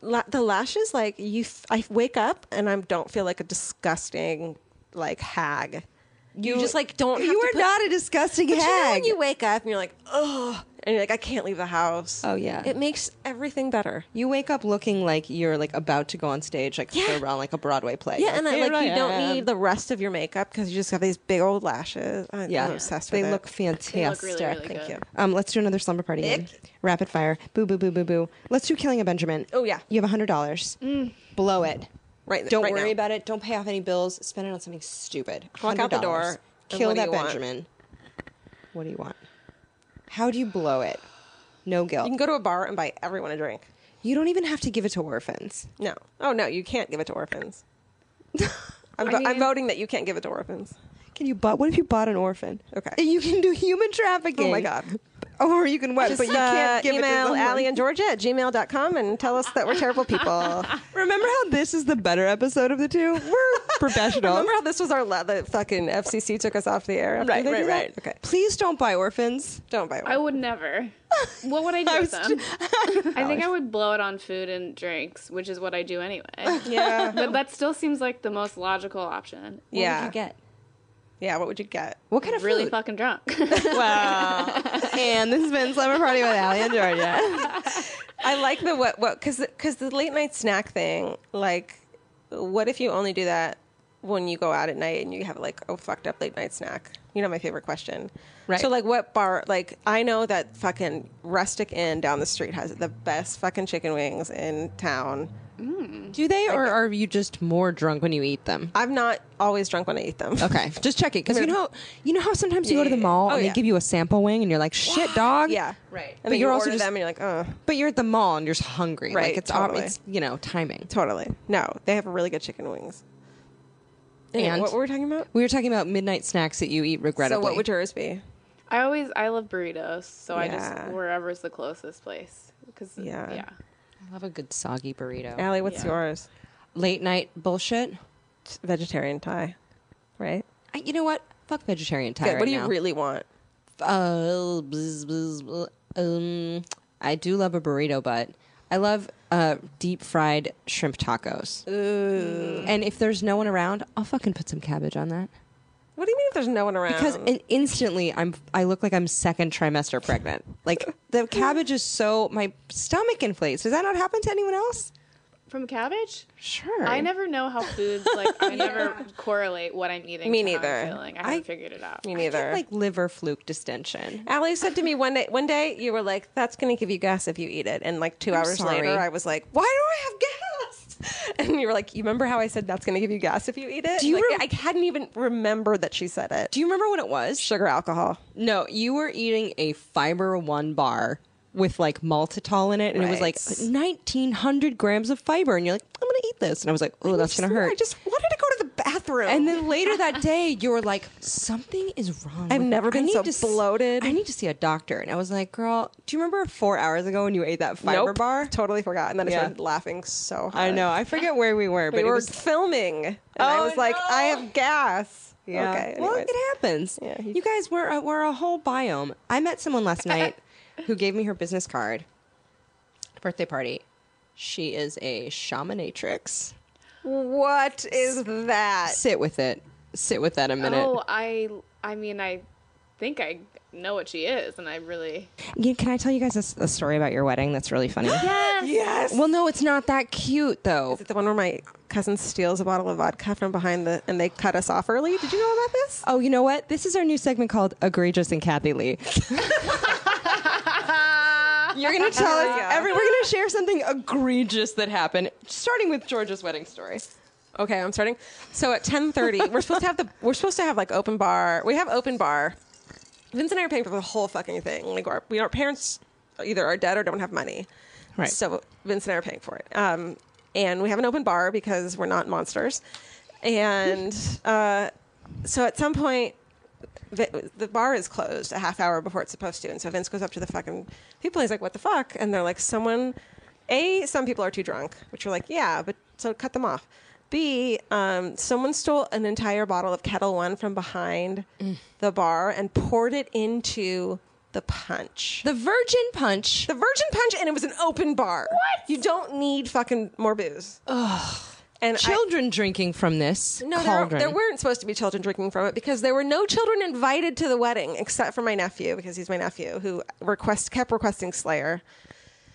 D: la- the lashes like you f- i wake up and i don't feel like a disgusting like hag you, just like don't have
C: You
D: to
C: are
D: put-
C: not a disgusting
D: But you know
C: hag.
D: when you wake up and you're like oh and you're like i can't leave the house
C: Oh, yeah.
D: it makes everything better
C: You wake up looking like you're like about to go on stage, like
D: Yeah.
C: around like a Broadway play.
D: yeah and I,
C: "Here
D: like you don't
C: am."
D: need the rest of your makeup because you just have these big old lashes I- i'm,
C: Yeah,
D: obsessed
C: they
D: with
C: look
D: it.
C: fantastic.
E: They look really, really
D: Thank
E: good.
D: you.
C: Um, let's do another slumber party. game. Rapid fire. Boo boo boo boo boo. Let's do killing a Benjamin.
D: Oh, yeah. Mm.
C: You have hundred dollars. Blow it.
D: Right-
C: Don't
D: right
C: worry
D: now.
C: about it. Don't pay off any bills. Spend it on something stupid.
D: Walk out the door,
C: $100.
D: and
C: Kill
D: what do
C: that
D: you want?
C: Benjamin. What do you want? How do you blow it? No guilt.
D: you
C: You,
D: can go to a bar and buy everyone a drink
C: don't even have to give it to orphans.
D: no oh no you can't give it to orphans I'm, vo- I'm
E: mean-
D: voting that you can't give it to orphans
C: Can you bought? What if you bought an orphan?
D: Okay.
C: You can do human trafficking.
D: Oh my God.
C: Or you can what?
D: Just,
C: but you can't
D: uh,
C: give it to
D: email
C: someone.
D: Allie and Georgia at gmail.com and tell us that we're terrible people.
C: Remember how this is the better episode of the two? We're professional.
D: Remember how this was our la- the fucking FCC took us off the air? after
C: right,
D: they
C: right,
D: did that?
C: right.
D: Okay,
C: Please don't buy orphans.
D: don't buy one.
E: I would never. What would I do with them? I think I would blow it on food and drinks, which is what I do anyway.
D: yeah,
E: But that still seems like the most logical option.
D: yeah,
C: get?
D: yeah. What would you get?
C: What kind of
E: Really
C: food?
E: fucking drunk.
C: and this has been Summer Party with Allie and Georgia.
D: I like the what what because because the late night snack thing. Like, what if you only do that when you go out at night and you have like a fucked up late night snack? You know my favorite question.
C: Right.
D: So like, what bar? Like, I know that fucking rustic inn down the street has the best fucking chicken wings in town.
C: Do they, or are you just more drunk when you eat them?
D: I'm not always drunk when I eat them.
C: Okay, just check it because you know how you know how sometimes you go to the
D: Yeah.
C: mall
D: Oh,
C: and
D: yeah.
C: they give you a sample wing and you're like, shit, dog.
D: Yeah. Right. And then
C: you're
D: you
C: also
D: order
C: just-
D: them and you're like, oh,
C: But you're at the mall and you're just hungry.
D: Right,
C: Like it's
D: totally.
C: it's you know timing.
D: totally. No, they have really good chicken wings. Anyway,
C: And-
D: what were we talking about?
C: We were talking about midnight snacks that you eat regrettably.
D: So what would yours be?
E: I always I love burritos, so I
D: Yeah.
E: just wherever's the closest place because
D: Yeah.
E: yeah.
C: I love a good soggy burrito.
D: Allie, what's
E: Yeah.
D: yours?
C: Late night bullshit.
D: It's vegetarian Thai, right?
C: I, you know what? Fuck vegetarian Thai.
D: Good.
C: right
D: what do you
C: now.
D: really want?
C: uh, bzz, bzz, bzz, um, I do love a burrito, but I love uh, deep fried shrimp tacos. Ooh. And if there's no one around, I'll fucking put some cabbage on that
D: What do you mean if there's no one around?
C: because in- instantly I'm I look like I'm second trimester pregnant. Like the cabbage is so my stomach inflates. Does that not happen to anyone else?
E: From cabbage?
C: Sure.
E: I never know how foods like I never correlate what I'm eating.
D: Me
E: to how I'm
D: neither.
E: feeling. I haven't
C: I-
E: figured it out.
D: me
C: I
D: neither.
C: get, like liver fluke distension.
D: Allie said to me one day, one day you were like, "That's going to give you gas if you eat it," and like two hours
C: sorry.
D: later, I was like, "Why do I have gas?" And you were like, "You remember how I said that's going to give you gas if you eat it?"
C: Do you
D: Like,
C: rem-
D: I hadn't even remembered that she said it.
C: Do you remember when it was?
D: Sugar alcohol.
C: No, you were eating a fiber one bar with like maltitol in it, and it was like
D: Right.
C: 1900 grams of fiber. And you're like, I'm going to eat this. And I was like, oh, that's going to hurt.
D: I just wanted to go to the bathroom.
C: and then later that day, you were like, something is wrong.
D: I've
C: with-
D: never
C: I
D: been
C: need
D: so
C: to s-
D: bloated.
C: I need to see a doctor. And I was like, girl, do you remember four hours ago when you ate that fiber
D: nope,
C: bar?
D: Totally forgot. And then
C: Yeah.
D: I started laughing so hard.
C: I know. I forget where we were, but
D: We
C: it
D: were
C: was.
D: filming. And I
C: Oh,
D: was like,
C: no.
D: I have gas. Okay.
C: well,
D: anyways.
C: it happens.
D: Yeah,
C: you,
D: you-
C: guys, we're a, we're a whole biome. I met someone last night who gave me her business card. Birthday party. She is a shamanatrix.
D: what is that?
C: Sit with it. Sit with that a minute.
E: Oh, I I mean I think I know what she is, and I really
C: You- Can I tell you guys a s- a, story about your wedding? That's really funny.
D: Yes.
C: Well, no, it's not that cute though.
D: Is it the one where my cousin steals a bottle of vodka from behind the and they cut us off early? Did you know about this?
C: Oh, you know what? This is our new segment called "Egregious and Kathy Lee." You're gonna tell us
D: Yeah.
C: every. We're gonna share something egregious that happened, starting with George's wedding story.
D: Okay, I'm starting. So at 10:30, we're supposed to have the we're supposed to have like open bar. We have open bar. Vince and I are paying for the whole fucking thing. Like our, we, our parents either are dead or don't have money.
C: Right.
D: So Vince and I are paying for it. Um, and we have an open bar because we're not monsters. And uh, so at some point, the, the bar is closed a half hour before it's supposed to. And so Vince goes up to the fucking people. He's like, what the fuck? And they're like, someone A, some people are too drunk, which you're like, yeah, but so cut them off. B, um, someone stole an entire bottle of Kettle One from behind the bar and poured it into the punch.
C: The virgin punch.
D: The Virgin Punch, and it was an open bar. What? You don't need fucking more booze. Ugh. And I-
C: children drinking from this
D: no, there,
C: cauldron.
D: there weren't supposed to be children drinking from it because there were no children invited to the wedding except for my nephew because he's my nephew who request kept requesting Slayer.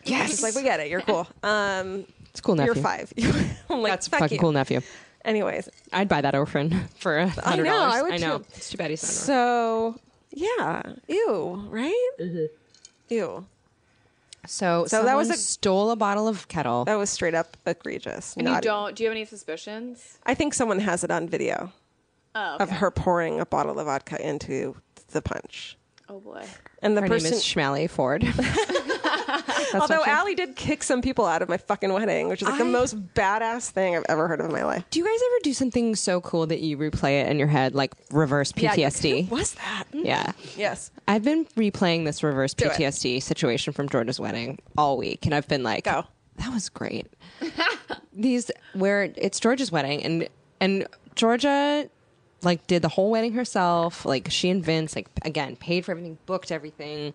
C: yes.
D: She's like, we get it, you're cool. Um,
C: it's cool, nephew.
D: you're five. I'm like,
C: That's
D: "Fuck
C: fucking
D: you."
C: cool, nephew.
D: Anyways,
C: I'd buy that orphan for a
D: I
C: hundred
D: know,
C: dollars.
D: I would
C: know.
D: too.
C: It's too bad he's not. an orphan.
D: so yeah, ew, right?
E: Mm-hmm.
D: Ew,
C: So,
D: So that was
C: someone
D: a-
C: stole a bottle of kettle.
D: that was straight up egregious.
E: And you
D: naughty.
E: don't? Do you have any suspicions?
D: I think someone has it on video
E: Oh,
D: of her pouring a bottle of vodka into the punch.
E: oh boy.
D: And the
C: Her
D: person,
C: name is Schmally Ford.
D: although Allie did kick some people out of my fucking wedding, which is like the
C: I-
D: most badass thing I've ever heard of in my life.
C: do you guys ever do something so cool that you replay it in your head, like reverse PTSD?
D: What's that? Mm,
C: Yeah.
D: Yes.
C: I've been replaying this reverse
D: it.
C: PTSD situation from Georgia's wedding all week, and I've been like,
D: Go.
C: that was great." These where it's Georgia's wedding, and and Georgia like did the whole wedding herself. Like she and Vince, like again, paid for everything, booked everything.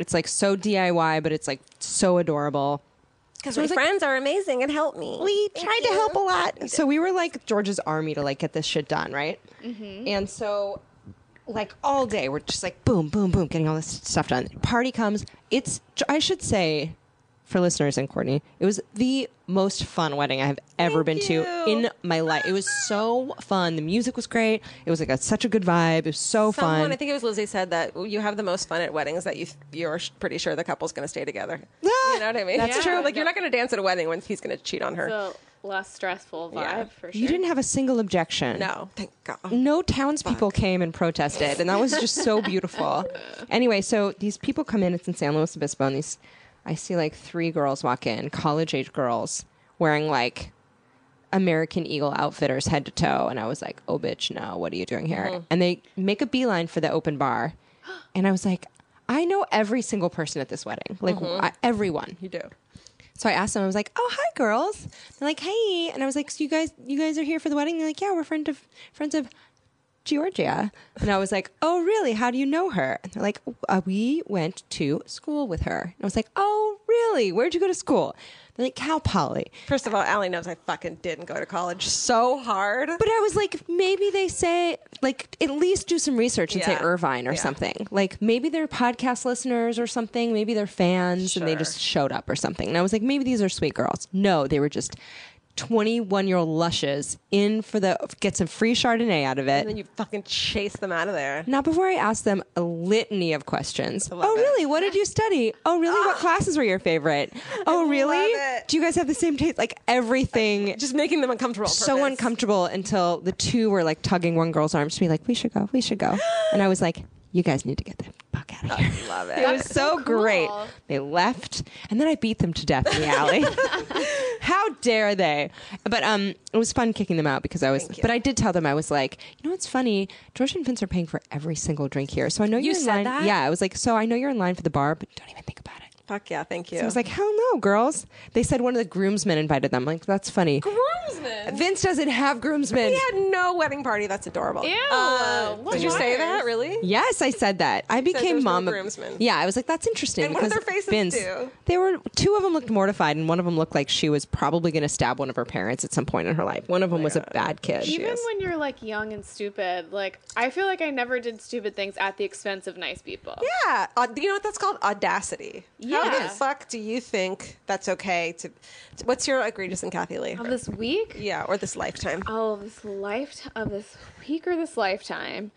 C: It's like so DIY, but it's like so adorable.
D: Because
C: my
D: friends are amazing and help me.
C: We tried to help a lot. So we were like George's army to like get this shit done, right?
D: Mm-hmm.
C: And so like all day we're just like boom boom boom getting all this stuff done. Party comes. It's I should say for listeners and Courtney, it was the most fun wedding I have ever been to in my life. It was so fun. The music was great. It was like a, such a good vibe. It was so
D: Someone,
C: fun.
D: I think it was Lizzie, said that you have the most fun at weddings that you you're sh- pretty sure the couple's going to stay together.
C: Ah!
D: You know what I mean?
C: That's
E: Yeah.
D: Like you're not going to dance at a wedding when he's going to cheat on her.
E: The less stressful vibe
D: Yeah.
E: for sure.
C: you didn't have a single objection.
D: no, thank God.
C: no townspeople came and protested, and that was just so beautiful. anyway, so these people come in. It's in San Luis Obispo, and these I see like three girls walk in, college age girls, wearing like American Eagle outfitters head to toe, and I was like, "Oh, bitch, no! What are you doing here?" And they make a beeline for the open bar, and I was like, "I know every single person at this wedding, like I, everyone."
D: You do.
C: So I asked them, I was like, Oh, hi girls. They're like, Hey. And I was like, So you guys you guys are here for the wedding? They're like, Yeah, we're friend of friends of Georgia. And I was like, Oh, really? How do you know her? And they're like, uh, We went to school with her. And I was like, Oh, really? Where'd you go to school? They're like, Cal Poly.
D: First of all, Allie knows I fucking didn't go to college so hard.
C: But I was like, maybe they say, like, at least do some research and
D: Yeah.
C: say Irvine or
D: Yeah.
C: something. Like, maybe they're podcast listeners or something. Maybe they're fans and they
D: Sure.
C: just showed up or something. And I was like, maybe these are sweet girls. No, they were just 21 year old lushes in for the get some free Chardonnay out of
D: and
C: it.
D: then you fucking chase them out of there.
C: Not before I asked them a litany of questions. Oh,
D: love it.
C: really? What did you study? Oh, really? What classes were your favorite? Oh, really?
D: it.
C: Do you guys have the same taste? Like, everything
D: Just making them uncomfortable. on
C: so
D: purpose.
C: uncomfortable until the two were like tugging one girl's arms to be like, "We should go, we should go," and I was like, "You guys need to get the fuck out of here."
D: Love it.
C: It was so great. They left, and then I beat them to death in the alley. How dare they? But um, it was fun kicking them out because I was. But I did tell them I was like, you know what's funny? George and Vince are paying for every single drink here, so I know you're in
D: said
C: line.
D: that?
C: Yeah, I was like, so I know you're in line for the bar, but don't even think about it.
D: Fuck yeah, thank you.
C: I was like, hell no, girls. They said one of the groomsmen invited them. Like, that's funny. Groomsmen? Vince doesn't have groomsmen.
D: we had no wedding party. That's adorable.
E: Ew,
D: Uh,
E: what
D: did you say
E: liars.
D: that? Really?
C: Yes, I said that. I
D: there
C: became
D: was no
C: mom. of-
D: groomsmen.
C: Yeah, I was like, that's interesting.
D: And what did
C: because
D: their faces
C: Vince,
D: do?
C: They were two of them looked mortified, and one of them looked like she was probably going to stab one of her parents at some point in her life. One of
D: Oh
C: them was a bad kid.
E: Even when you're like young and stupid, like I feel like I never did stupid things at the expense of nice people.
D: Yeah. Uh, you know what that's called? Audacity. How the
E: Yeah.
D: fuck do you think that's okay to? to- what's your egregious in Kathy Lee?
E: Of this week,
D: yeah, or this lifetime
E: oh, this life of this week or this lifetime.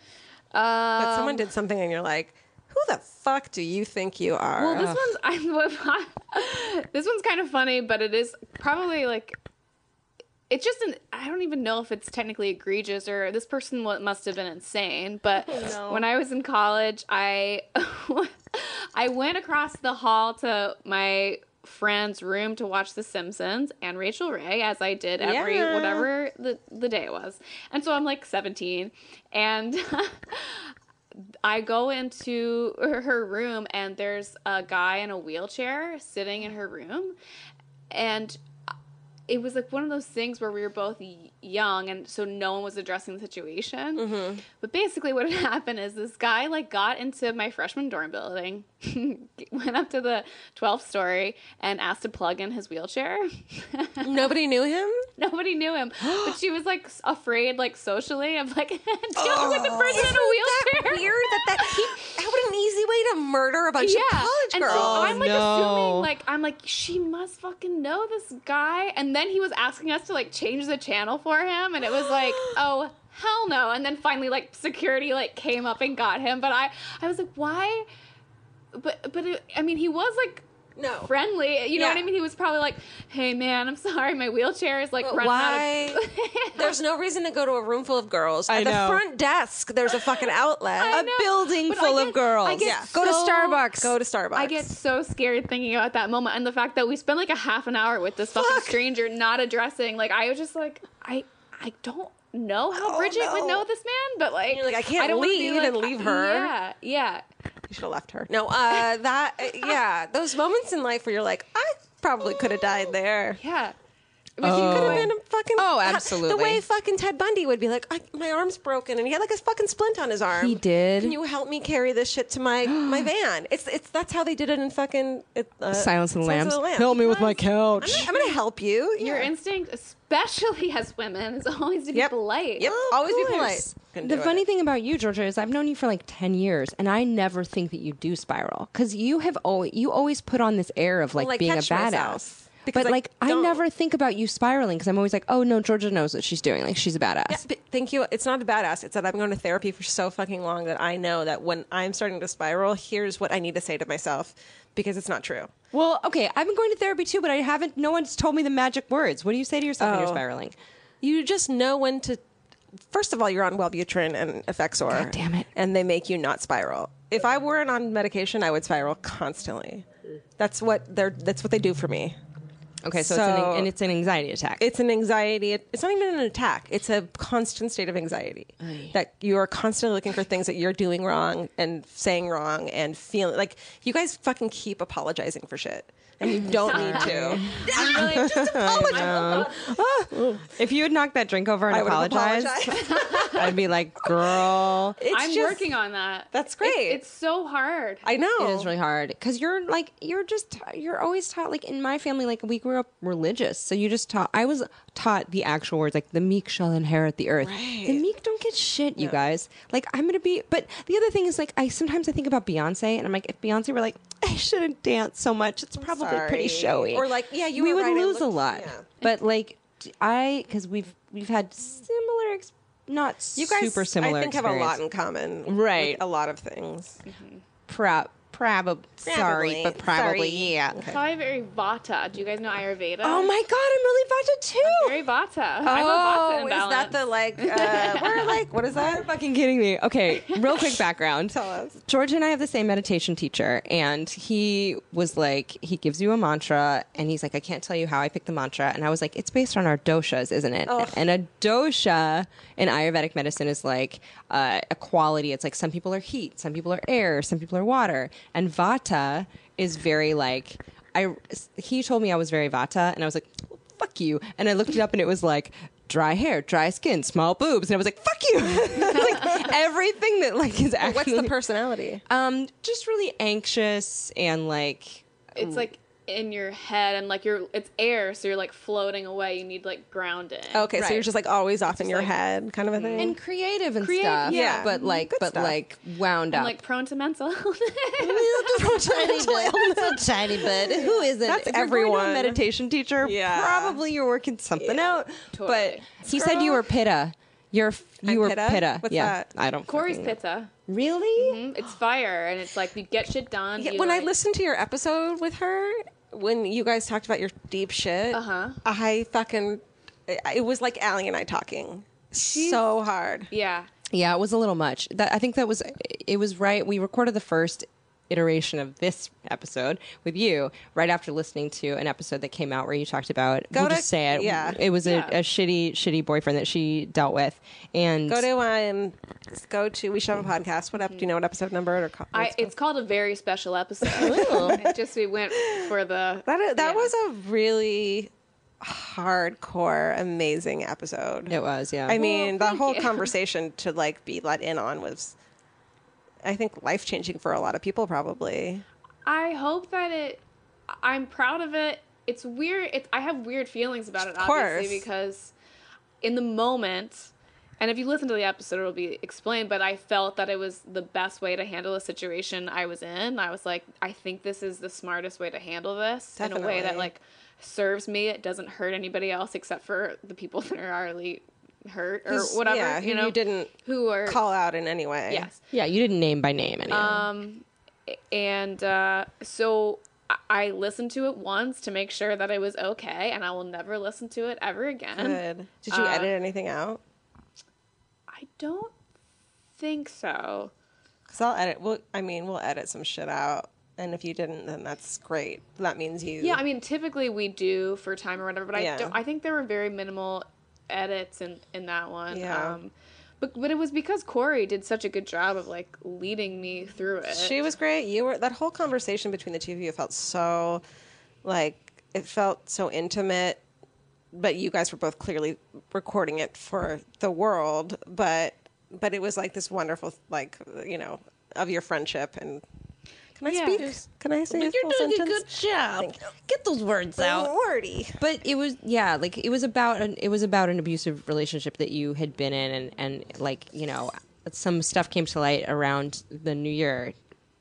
E: Uh,
D: that someone did something and you're like, who the fuck do you think you are?
E: Well, this one's I'm, this one's kind of funny, but it is probably like it's just an I don't even know if it's technically egregious or this person wa- must have been insane. But when I was in college, I I went across the hall to my friend's room to watch The Simpsons and Rachel Ray, as I did every
D: Yeah.
E: whatever the the day was. And so I'm like 17, and. I go into her her room and there's a guy in a wheelchair sitting in her room and it was like one of those things where we were both y- young and so no one was addressing the situation
D: Mm-hmm.
E: but basically what had happened is this guy like got into my freshman dorm building went up to the 12th story and asked to plug in his wheelchair
D: Nobody knew him.
E: nobody knew him but she was like s- afraid like socially of like dealing with the person in a wheelchair
D: Weird Oh. that that he. What an easy way to murder a bunch of college
E: and
D: girls.
E: So I'm like
A: no.
E: assuming like I'm like she must fucking know this guy. And then he was asking us to like change the channel for him, and it was like oh hell no. And then finally like security like came up and got him. But I I was like why? But but it, I mean he was like.
D: No.
E: Friendly, you know
D: Yeah.
E: what I mean? He was probably like, "Hey man, I'm sorry, my wheelchair is like
D: But
E: running
D: why?
E: out of."
D: there's no reason to go to a room full of girls. At
A: I
D: the
A: know.
D: front desk, there's a fucking outlet.
E: I
A: a
E: know,
A: building
E: but I
A: full
E: get-
A: of girls.
E: I get
D: Yeah. Go
E: so
D: to Starbucks. Go to Starbucks.
E: I get so scared thinking about that moment and the fact that we spent like a half an hour with this fucking
D: Fuck.
E: stranger not addressing. Like I was just like I I don't know how Bridget would
D: Oh, no.
E: know this man, but like,
D: You're like, I can't
E: don't wanna
D: leave and leave her.
E: Yeah, yeah.
D: You should have left her. No, uh, that uh, yeah, those moments in life where you're like, I probably could have died there.
E: Yeah.
D: Could have been a fucking
C: Oh,
D: The
C: absolutely.
D: way fucking Ted Bundy would be like, I, my arm's broken, and he had like a fucking splint on his arm.
C: He did.
D: Can you help me carry this shit to my my van? It's it's that's how they did it in fucking it, uh,
C: Silence of the Lambs.
D: Help
A: me with my couch.
D: I'm gonna help you.
E: Your
D: Yeah.
E: instinct, especially as women, is always to be
D: Yep.
E: polite.
D: Yep.
E: Oh,
D: Always be
C: course.
D: polite. Couldn't
C: The
D: do
C: funny
D: it.
C: thing about you, Georgia, is I've known you for like ten years, and I never think that you do spiral because you have always you always put on this air of like,
D: like,
C: being a
D: catch
C: badass.
D: myself, because
C: But
D: I
C: like I
D: don't.
C: never think about you spiraling because I'm always like, oh no, Georgia knows what she's doing. Like she's a badass.
D: Yeah, but thank you. It's not a badass. It's that I've been going to therapy for so fucking long that I know that when I'm starting to spiral, here's what I need to say to myself because it's not true.
C: Well, okay, I've been going to therapy too, but I haven't. No one's told me the magic words. What do you say to yourself when you're
D: Oh.
C: spiraling?
D: You just know when to. First of all, you're on Wellbutrin and Effexor.
C: God damn it.
D: And they make you not spiral. If I weren't on medication, I would spiral constantly. That's what they're. That's what they do for me.
C: Okay, so, it's
D: So-
C: an, and it's an anxiety attack.
D: It's an anxiety. It's not even an attack. It's a constant state of anxiety that you are constantly looking for things that you're doing wrong and saying wrong and feeling like you guys fucking keep apologizing for shit and you don't need to.
E: I'm really,
C: if you had knocked that drink over and
D: I would have
C: apologized, I'd be like, girl,
D: It's
E: I'm
D: just-
E: working on that.
D: That's
E: It's-
D: great.
E: It's, so hard.
D: I know.
C: It is really hard because you're like you're just you're always taught like in my family like we grew up religious so you just taught I was taught the actual words like the meek shall inherit the earth the meek don't get shit you guys like I'm gonna be but the other thing is like I sometimes I think about Beyonce and I'm like if Beyonce were like I shouldn't dance so much it's probably pretty
D: sorry."
C: showy
D: Or, like, "Yeah, you
C: we
D: were
C: would
D: right, I
C: lose a
D: looked-
C: lot
D: yeah.
C: but like d- I because we've we've had similar ex- not
D: You guys,
C: super similar
D: I think, have a
C: experience.
D: lot in common. with
C: Right.
D: A lot of things.
C: Prob- probab- sorry
D: Probably.
C: but probably
D: Sorry.
C: yeah.
E: Probably very Vata. Do you guys know Ayurveda?
C: Oh my god, I'm really Vata too.
E: Very Vata.
D: oh,
E: Oh, I'm a Vata
D: is
E: imbalance.
D: that the like? Uh, we're like, what is that?
C: fucking kidding me. Okay, real quick background.
D: Tell us.
C: George and I have the same meditation teacher, and he was like, he gives you a mantra, and he's like, I can't tell you how I picked the mantra. And I was like, it's based on our doshas, isn't it? And a dosha in Ayurvedic medicine is like uh, a quality. It's like some people are heat, some people are air, some people are water. And vata is very like, I, he told me I was very vata, and I was like, fuck you. And I looked it up, and it was like, dry hair, dry skin, small boobs. And I was like, fuck you. like everything that like is actually
D: What's the personality?
C: um, just really anxious and like
E: it's like in your head and like you're it's air so you're like floating away you need like grounding
D: Okay, so
C: Right.
D: you're just like always off in your head, kind of a thing.
C: and creative and
E: Creative,
C: stuff.
D: yeah.
C: but like,
D: Good
C: but
D: stuff.
C: like wound
E: I'm
C: up.
E: like prone to mental illness
C: tiny bit, tiny bit. Who isn't?
D: That's
C: If you're going to a
D: everyone.
C: meditation teacher.
D: Yeah.
C: probably you're working something out.
E: Totally.
C: But he said you were pitta. You're f- you
D: I'm
C: were
D: Pitta?
C: pitta.
D: What's
C: yeah,
D: that?
C: I don't.
E: corey's
C: fucking know.
E: pizza
C: Really?
E: Mm, it's fire and it's like you get shit done
D: Yeah,
E: you,
D: when
E: like-
D: I listened to your episode with her, when you guys talked about your deep shit,
E: Uh-huh.
D: I fucking, it it was like Allie and I talking so hard.
E: yeah
C: Yeah, it was a little much. That I think that was it was right. We recorded the first iteration of this episode with you right after listening to an episode that came out where you talked about we'll
D: to-
C: just say it
D: yeah.
C: it was
E: Yeah.
C: a, a shitty shitty boyfriend that she dealt with and
D: Go to um, go to we should have a podcast. What up? Do you know what episode number or? co-
E: I, it's called a very special episode. it just we went for the
D: That is, that
E: yeah.
D: was a really hardcore, amazing episode.
C: it was yeah
D: I mean, the
E: thank
D: whole
E: you.
D: conversation to like be let in on was, I think, life changing for a lot of people. Probably.
E: I hope that it. I'm proud of it. It's weird. It's I have weird feelings about it,
D: course.
E: obviously, because in the moment, and if you listen to the episode, it'll be explained. But I felt that it was the best way to handle a situation I was in. I was like, I think this is the smartest way to handle this in a way that
D: Definitely.
E: like serves me. It doesn't hurt anybody else except for the people that are already hurt or
D: Who's-
E: whatever.
D: yeah, who
E: you know,
D: you didn't
E: who are
D: Call out in any way.
E: yes.
C: yeah you didn't name by name anyway.
E: Um, and uh, so I- I listened to it once to make sure that it was okay, and I will never listen to it ever again.
D: Good. Did you edit anything out?
E: I don't think so.
D: Because I'll edit. We'll, I mean, we'll edit some shit out. And if you didn't, then that's great. That means you.
E: Yeah, I mean, typically we do for time or whatever, but
D: Yeah.
E: I don't. I think there were very minimal edits in in that one.
D: Yeah.
E: Um, but but it was because Corey did such a good job of like leading me through it.
D: She was great. You were that whole conversation between the two of you felt so like it felt so intimate, but you guys were both clearly recording it for the world, but but it was like this wonderful like, you know, of your friendship and can I
E: Yeah.
D: speak? Can I say a full sentence?
C: job get those words
D: Lordy.
C: but it was yeah like it was about an it was about an abusive relationship that you had been in and and like you know some stuff came to light around the new year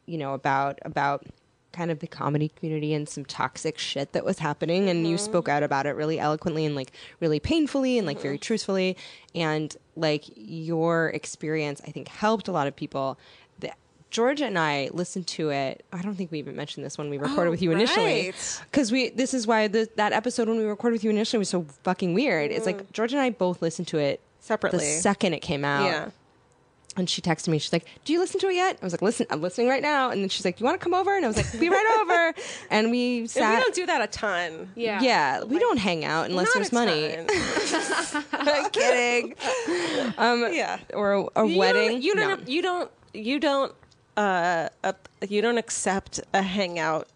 C: you know about about kind of the comedy community and some toxic shit that was happening and you spoke out about it really eloquently and like really painfully and like very truthfully and like your experience i think helped a lot of people that Georgia and I listened to it. I don't think we even mentioned this when we recorded with you initially,
D: right.
C: because we. This is why the, that episode when we recorded with you initially was so fucking weird. It's like Georgia and I both listened to it
D: Mm-hmm. Separately.
C: the second it came out.
D: Yeah.
C: And she texted me. She's like, "Do you listen to it yet?" I was like, "Listen, I'm listening right now." And then she's like, "You want to come over?" And I was like, "Be right over." And we
D: And
C: sat.
D: we don't do that a ton.
E: yeah.
C: yeah, we don't hang out unless
D: Not
C: there's
D: a
C: money
D: ton. I'm kidding. Um, yeah.
C: or a, a
D: You
C: wedding.
D: Don't, you
C: No.
D: don't. You don't. You don't. Uh, up, you don't accept a hangout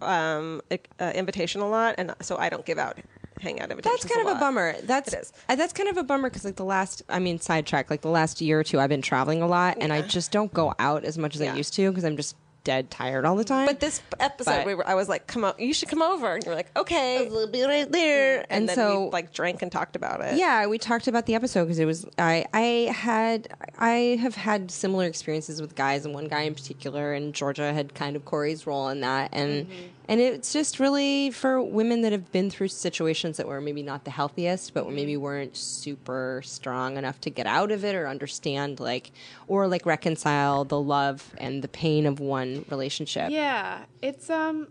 D: um ec- uh, invitation a lot, and so I don't give out hangout invitations.
C: That's kind of a
D: lot.
C: bummer. That's
D: It is.
C: uh, that's kind of a bummer because like the last, I mean, sidetrack. Like the last year or two, I've been traveling a lot, and I just don't go out as much as I
D: Yeah.
C: used to because I'm just dead tired all the time.
D: But this episode,
C: But-
D: we were, I was like, "Come on, you should come over," and you're like, "Okay, we'll be right there." And,
C: And
D: then
C: so-
D: we, like drank and talked about it.
C: yeah, we talked about the episode because it was I I had I have had similar experiences with guys and one guy in particular, and Georgia had kind of Corey's role in that, and
D: Mm-hmm.
C: and it's just really for women that have been through situations that were maybe not the healthiest,
D: Mm-hmm.
C: but maybe weren't super strong enough to get out of it or understand like or like reconcile the love and the pain of one relationship.
E: Yeah, it's um,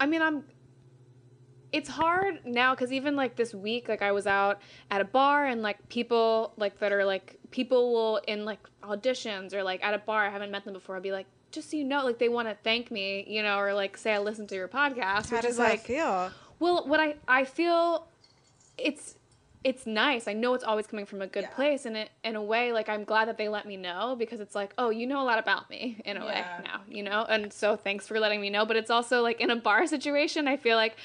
E: I mean, I'm. It's hard now because even like this week, like I was out at a bar and like people like that are like people will in like auditions or like at a bar I haven't met them before. I'll be like, just so you know, like they want to thank me, you know, or like say I listened to your podcast,
D: How
E: which
D: does
E: is
D: that
E: like
D: feel?
E: well, what I I feel it's it's nice. I know it's always coming from a good place, and it in a way, like I'm glad that they let me know because it's like, oh, you know a lot about me in a way now, you know. And so thanks for letting me know. But it's also like in a bar situation, I feel like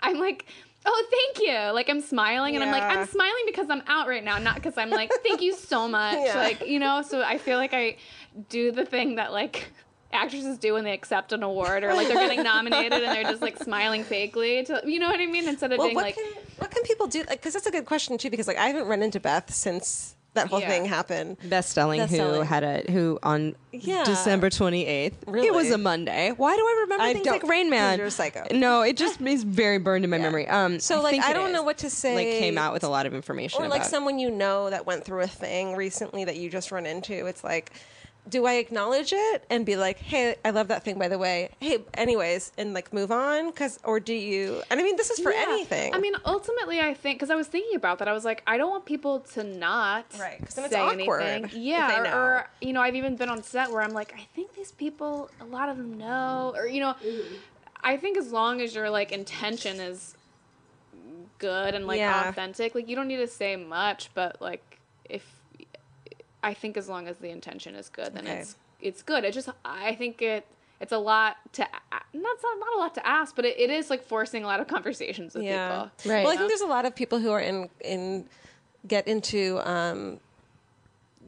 E: I'm like. Oh, thank you. Like I'm smiling and I'm like
D: Yeah.
E: I'm smiling because I'm out right now, not because I'm like thank you so much.
D: Yeah.
E: Like, you know, so I feel like I do the thing that like actresses do when they accept an award or like they're getting nominated and they're just like smiling fakely to you know what I mean instead of
D: Well,
E: being
D: what
E: like
D: can what can people do? Because that's a good question too. Because like I haven't run into Beth since that whole
E: Yeah.
D: thing happened.
C: Best selling
D: Best
C: who
D: Selling.
C: had a who on
D: Yeah.
C: December twenty eighth.
D: Really?
C: It was a Monday. Why do I remember
D: I
C: things
D: don't-
C: like Rain Man?
D: you're a psycho.
C: No, it just is very burned in my memory. Um,
D: So, like,
C: think
D: I
C: it
D: don't
C: is.
D: know what to say.
C: Like came out with a lot of information.
D: or like
C: about-
D: someone you know that went through a thing recently that you just run into it's like do I acknowledge it and be like, "Hey, I love that thing by the way." Hey, anyways, and like move on cuz or do you And I mean, this is for
E: Yeah.
D: anything.
E: I mean, ultimately, I think because I was thinking about that, I was like, I don't want people to not
D: Right, 'cause
E: say
D: then it's awkward if
E: anything.
D: they
E: Yeah, or-
D: know.
E: or you know, I've even been on set where I'm like, I think these people, a lot of them know, or you know, I think as long as your like intention is good and like
D: Yeah.
E: authentic, like you don't need to say much, but like if I think as long as the intention is good, then
D: Okay.
E: it's it's good. It just I think it it's a lot to a- not it's not, not a lot to ask, but it, it is like forcing a lot of conversations with
D: yeah.
E: people.
C: Right.
D: Well, I think there's a lot of people who are in in get into um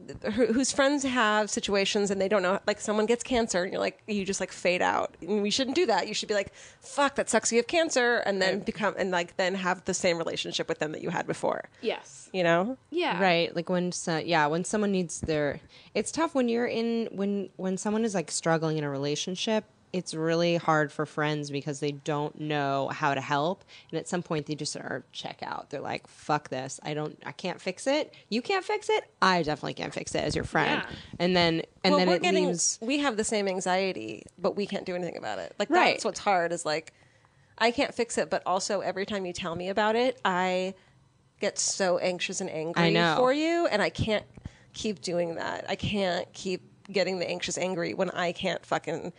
D: th- who- whose friends have situations and they don't know like someone gets cancer and you're like you just like fade out and we shouldn't do that you should be like fuck that sucks you have cancer and then become and like then have the same relationship with them that you had before
E: Yes.
D: you know
E: Yeah.
C: Right. Like when, so, yeah, when someone needs their, it's tough when you're in, when, when someone is like struggling in a relationship, it's really hard for friends because they don't know how to help. And at some point they just are check out. They're like, fuck this. I don't, I can't fix it. You can't fix it. I definitely can't fix it as your friend.
E: Yeah.
C: And then, and
D: Well,
C: then
D: we're
C: it
D: getting,
C: leaves.
D: we have the same anxiety but we can't do anything about it like
C: Right.
D: that's what's hard is like i can't fix it but also every time you tell me about it i get so anxious and angry
C: I know.
D: for you and i can't keep doing that i can't keep getting the anxious angry when i can't fucking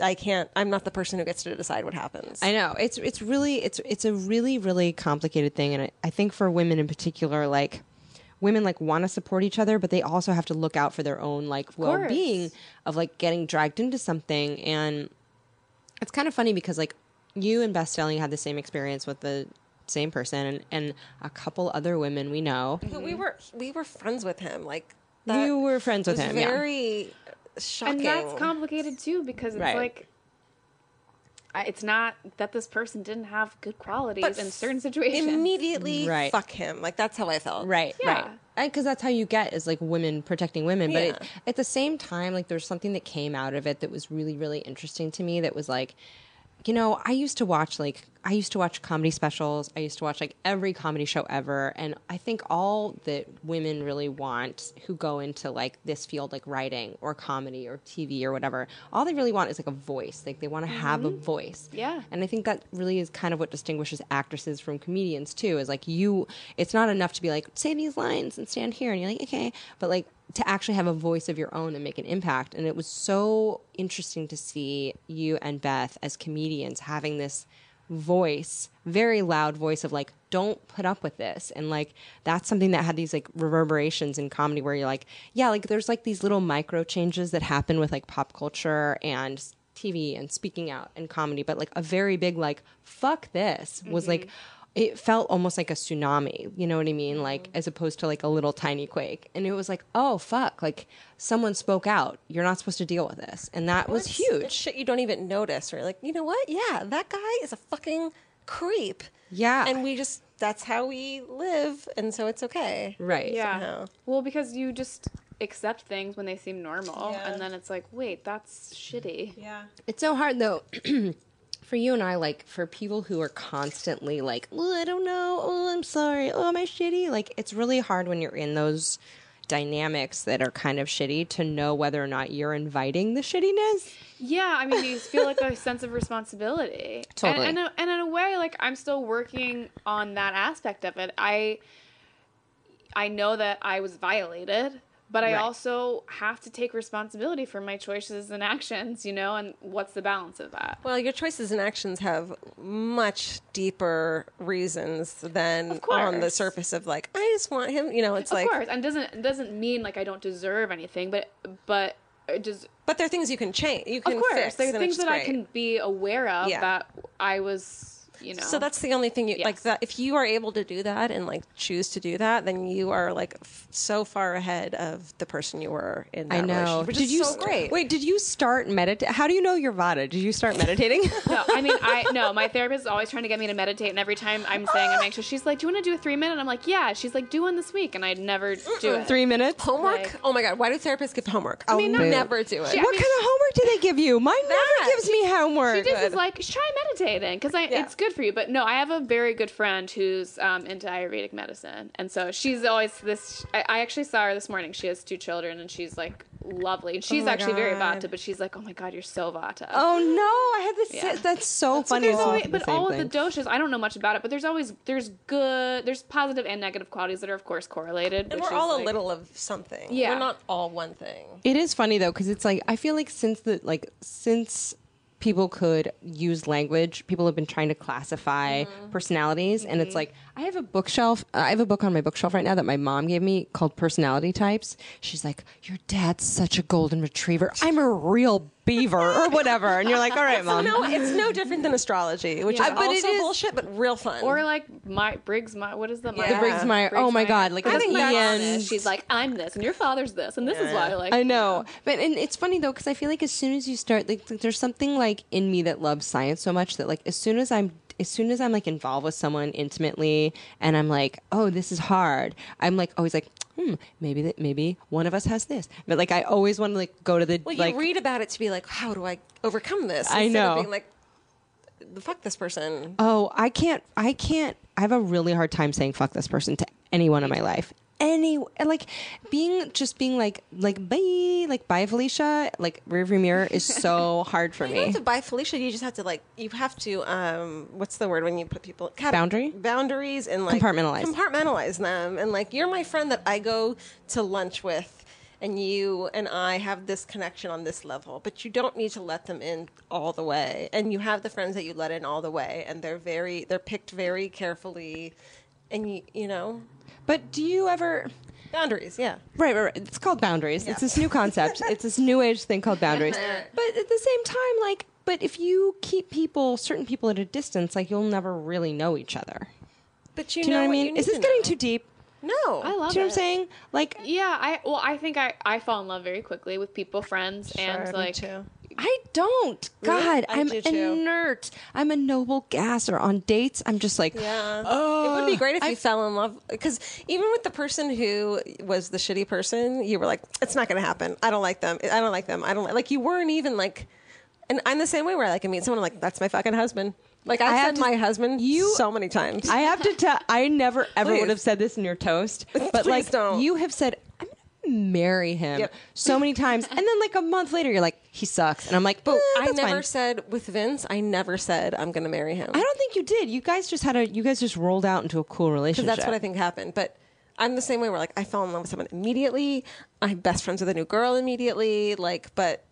D: i can't i'm not the person who gets to decide what happens
C: I know it's it's really it's it's a really really complicated thing, and I, I think for women in particular, like women like want to support each other, but they also have to look out for their own like well being of like getting dragged into something, and it's kind of funny because like you and Best Stelling had the same experience with the same person, and, and a couple other women we know.
D: but we were we were friends with him like
C: We were friends with
D: was
C: him, yeah.
D: very shocking
E: And that's complicated too because it's
C: Right.
E: like I, it's not that this person didn't have good qualities
D: But
E: in certain situations.
D: immediately
C: Right.
D: fuck him like that's how i felt
C: Right,
E: Yeah.
C: right. Because that's how you get is like women protecting women. But it,
D: Yeah.
C: at the same time, like there's something that came out of it that was really, really interesting to me. That was like, you know, I used to watch like I used to watch comedy specials. I used to watch like every comedy show ever. And I think all that women really want who go into like this field, like writing or comedy or TV or whatever, all they really want is like a voice. Like they want to have a voice.
E: Yeah.
C: And I think that really is kind of what distinguishes actresses from comedians too. Is like you, it's not enough to be like say these lines and stand here, and you're like okay, but like to actually have a voice of your own and make an impact. And it was so interesting to see you and Beth as comedians having this voice, very loud voice of like don't put up with this and like that's something that had these like reverberations in comedy where you're like yeah like there's like these little micro changes that happen with like pop culture and TV and speaking out and comedy, but like a very big like fuck this was like it felt almost like a tsunami, you know what I mean? Like as opposed to like a little tiny quake. And it was like, oh fuck, like someone spoke out. You're not supposed to deal with this. And that was
D: It's-
C: huge.
D: It's shit you don't even notice. Or you're like, you know what? Yeah, that guy is a fucking creep.
C: Yeah.
D: And we just, that's how we live. And so it's okay.
C: right.
E: Yeah.
D: somehow.
E: Well, because you just accept things when they seem normal
D: Yeah.
E: and then it's like, wait, that's shitty.
D: Yeah.
C: It's so hard though. For you and I, like for people who are constantly like, oh, I don't know, oh, I'm sorry, oh, am I shitty? Like, it's really hard when you're in those dynamics that are kind of shitty to know whether or not you're inviting the shittiness.
E: Yeah, I mean, you feel like a sense of responsibility. And-
C: Totally.
E: And, uh, and in a way, like I'm still working on that aspect of it. I I know that I was violated, but I
C: Right.
E: also have to take responsibility for my choices and actions, you know, and what's the balance of that?
D: Well, your choices and actions have much deeper reasons than on the
E: course.
D: surface of like, I just want him. You know, it's
E: Of
D: like,
E: course, and doesn't it doesn't mean like I don't deserve anything, but but it just
D: but there are things you can change. You can
E: of course
D: fix.
E: there are
D: and
E: things
D: it's
E: that I
D: great.
E: can be aware of
D: Yeah.
E: that I was, you know.
D: So that's the only thing you like
E: Yes.
D: that if you are able to do that and like choose to do that, then you are like f- so far ahead of the person you were in that
C: I know.
D: relationship, which is so
C: st-
D: great.
C: Wait, did you start meditate? How do you know your Vata? Did you start meditating?
E: No, I mean, I no. My therapist is always trying to get me to meditate, and every time I'm saying I'm anxious, she's like, "Do you want to do a three minute?" I'm like, "Yeah." She's like, "Do one this week," and I never do it.
C: Three minutes.
D: homework?
E: like-
D: oh my god, why do therapists give homework? I'll
E: mean, not-
D: never do it.
E: Shit.
C: what
E: I mean,
C: kind of homework do they give you? Mine
D: That.
C: never gives me homework.
E: She just is like, "Try meditating," because I it's good for you. But no, I have a very good friend who's um, into Ayurvedic medicine, and so she's always this. I, I actually saw her this morning. She has two children, and she's like lovely. And she's
F: my
E: actually very
F: God.
E: vata, but she's like, oh my god, you're so vata.
C: Oh no, I had this.
E: Yeah.
C: That's so funny.
E: There's
C: listening
E: always,
C: to the
E: but
C: same
E: all
C: thing.
E: of the doshas, I don't know much about it, but there's always there's good, there's positive and negative qualities that are of course correlated.
D: And
E: which
D: we're all
E: is,
D: a
E: like-
D: little of something.
E: Yeah.
D: We're not all one thing.
C: It is funny though, because it's like I feel like since the like since people could use language, people have been trying to classify personalities, and it's like I have a bookshelf. uh, I have a book on my bookshelf right now that my mom gave me called Personality Types. She's like, "Your dad's such a golden retriever. I'm a real beaver or whatever," and you're like, "All right, mom."
D: No, it's no different than astrology, which
E: Yeah.
D: is
E: Uh,
C: but it
D: also
C: is-
D: bullshit, but real fun.
E: Or like my Briggs, my what is the
D: The
C: Briggs Meyer- oh my God, like, E
E: I
C: that's
E: think
C: Ian.
E: that's she's like I'm this, and your father's this, and this is why I like.
C: I know, but and it's funny though because I feel like as soon as you start, like th- there's something like in me that loves science so much that like as soon as I'm as soon as I'm like involved with someone intimately and I'm like, oh, this is hard. I'm like always like, hmm, maybe that maybe one of us has this, but like I always want to like go to the
D: well, you
C: like
D: read about it to be like, how do I overcome this?
C: I
D: Instead
C: know.
D: Of being like, "The fuck this person.
C: oh, I can't, I can't, I have a really hard time saying fuck this person to anyone in my life. Any like being just being like like bye like bye Felicia like rearview mirror is so hard for
D: You don't
C: me.
D: have to buy Felicia. You just have to like. You have to. Um, what's the word when you put people cate-
C: Boundary?
D: boundaries and like
C: Compartmentalize.
D: compartmentalize them and like you're my friend that I go to lunch with. And you and I have this connection on this level, but you don't need to let them in all the way. And you have the friends that you let in all the way, and they're very, they're picked very carefully, and you, you know,
C: But do you ever?
D: boundaries. Yeah,
C: Right, right, right. It's called boundaries. It's this new concept. it's this new age thing called boundaries. but at the same time, like, but if you keep people, certain people at a distance, like, you'll never really know each other.
D: but you,
C: Do you know, what I mean?
D: need
C: Is this
D: to
C: getting
D: know.
C: too deep?
D: No,
E: I love
C: Do you know
E: it.
C: what I'm saying? Like,
E: Yeah, I well, I think I I fall in love very quickly with people, friends, and like
C: I don't. God,
D: I
C: I'm
D: do too.
C: inert. I'm a noble gasser. On dates, I'm just like,
D: Yeah. it would be great if you fell in love because even with the person who was the shitty person, you were like, "It's not going to happen. I don't like them. I don't like them. I don't like." Like you weren't even like, and I'm the same way where like I meet someone I'm like, "That's my fucking husband." Like I've
C: I have
D: said
C: to-
D: my husband
C: You-
D: so many times.
C: I have to tell. I never ever
D: Please.
C: would have said this in your toast, but
D: Please
C: like
D: don't.
C: you have said, I'm gonna marry him
D: Yep.
C: so many times, and then like a month later, you're like, he sucks, and I'm like, but
D: I Eh, never said with Vince. I never said I'm going to marry him.
C: I don't think you did. You guys just had a. You guys just rolled out into a cool relationship.
D: That's what I think happened. But I'm the same way where like I fell in love with someone immediately. I'm best friends with a new girl immediately. Like, but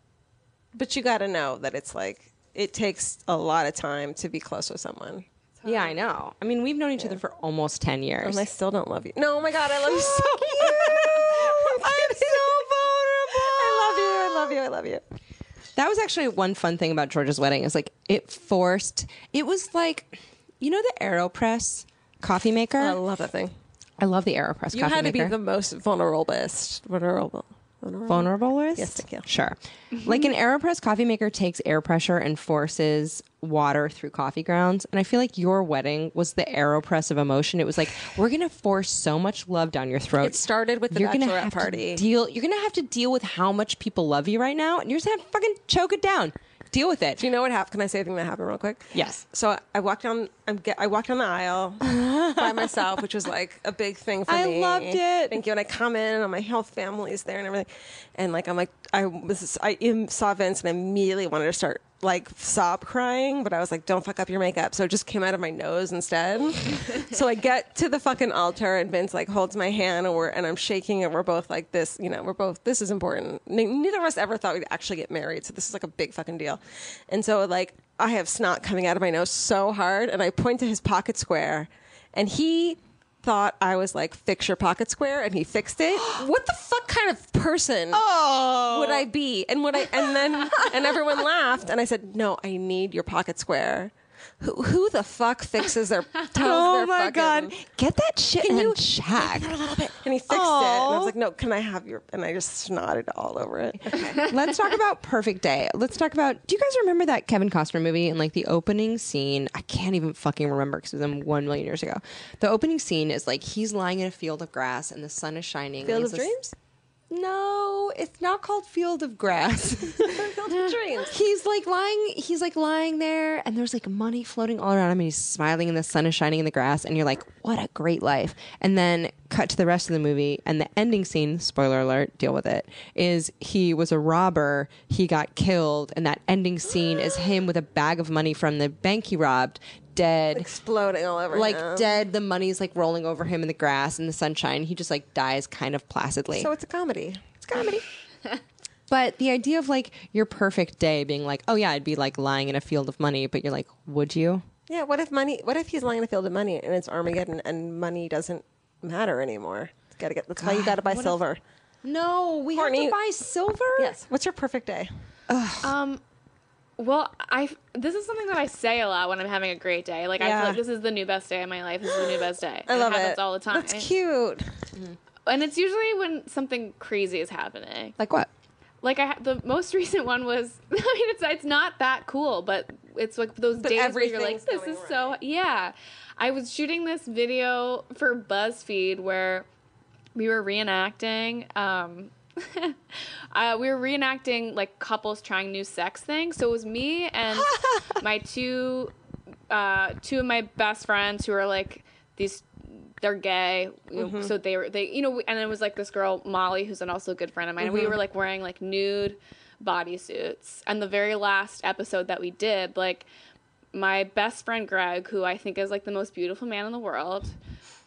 D: but you got to know that it's like it takes a lot of time to be close with someone.
C: Yeah, I know. I mean, we've known each other for almost ten years.
D: And I still don't love you. No, oh my god, I love you so
C: Fuck
D: much.
C: you.
D: I'm so vulnerable. I love you. I love you. I love you.
C: That was actually one fun thing about George's wedding. Is like it forced. It was like, you know, the Aeropress coffee maker.
D: I love that thing.
C: I love the Aeropress.
D: You
C: coffee
D: had to be
C: maker.
D: the most vulnerable, vulnerable, vulnerable.
C: vulnerable wrist?
D: Yes, thank you.
C: Sure. like an AeroPress coffee maker takes air pressure and forces water through coffee grounds. And I feel like your wedding was the AeroPress of emotion. It was like, we're going to force so much love down your throat.
D: It started with the
C: gonna
D: bachelorette
C: have to
D: party.
C: deal, you're going to have to deal with how much people love you right now. And you're just going to fucking choke it down. Deal with it.
D: Do you know what happened? Can I say anything that happened real quick?
C: Yes.
D: So I walked down. I'm get, I walked down the aisle by myself, which was like a big thing for
C: I
D: me.
C: loved it.
D: Thank you. And I come in, and my whole family's there and everything. And like I'm like I was I im- saw Vince and immediately wanted to start like sob crying, but I was like, don't fuck up your makeup. So it just came out of my nose instead. so I get to the fucking altar, and Vince like holds my hand, and we're and I'm shaking, and we're both like this. You know, we're both this is important. Ne- Neither of us ever thought we'd actually get married, so this is like a big fucking deal. And so like I have snot coming out of my nose so hard, and I point to his pocket square, and he thought I was like, fix your pocket square, and he fixed it. what the fuck kind of person
C: Oh.
D: would I be? And would I? And then and everyone laughed, and I said, no, I need your pocket square. Who, who the fuck fixes their tells
C: Oh
D: their
C: my
D: fucking-
C: God. Get that shit in
D: you-
C: check.
D: a little bit. And he fixed it. And I was like, no, can I have your? And I just snotted all over it.
C: Let's talk about Perfect Day. Let's talk about. Do you guys remember that Kevin Costner movie and like the opening scene? I can't even fucking remember because it was um, one million years ago. The opening scene is like he's lying in a field of grass and the sun is shining.
D: Field
C: and
D: of
C: he's this-
D: Dreams?
C: No, it's not called Field of Grass.
D: Field of Dreams.
C: he's like lying he's like lying there and there's like money floating all around him and he's smiling and the sun is shining in the grass and you're like what a great life and then cut to the rest of the movie and the ending scene spoiler alert deal with it is he was a robber he got killed and that ending scene is him with a bag of money from the bank he robbed dead
D: Exploding all over.
C: like
D: him.
C: dead the money's like rolling over him in the grass in the sunshine he just like dies kind of placidly
D: So it's a comedy. It's comedy.
C: but the idea of like your perfect day being like, oh yeah, I'd be like lying in a field of money, but you're like, would you?
D: Yeah. What if money? What if he's lying in a field of money and it's Armageddon and money doesn't matter anymore? It's gotta get. That's why you gotta buy silver.
C: No, we
D: Courtney-
C: have to buy silver.
D: yes. What's your perfect day?
E: Um, well, I this is something that I say a lot when I'm having a great day. Like I
D: Yeah.
E: feel like this is the new best day of my life. This is the new best day.
D: I love
E: it.
D: it.
E: Happens all the time.
D: That's cute.
E: And it's usually when something crazy is happening.
C: Like what?
E: Like I ha- the most recent one was. I mean, it's it's not that cool, but it's like those days where you're like,
D: everything's
E: this
D: going
E: is so yeah. I was shooting this video for BuzzFeed where we were reenacting um uh, we were reenacting like couples trying new sex things so it was me and my two uh two of my best friends who are like these they're gay you know, so they were they you know we- and it was like this girl molly who's an also a good friend of mine and we were like wearing like nude bodysuits and the very last episode that we did like my best friend Greg, who I think is like the most beautiful man in the world,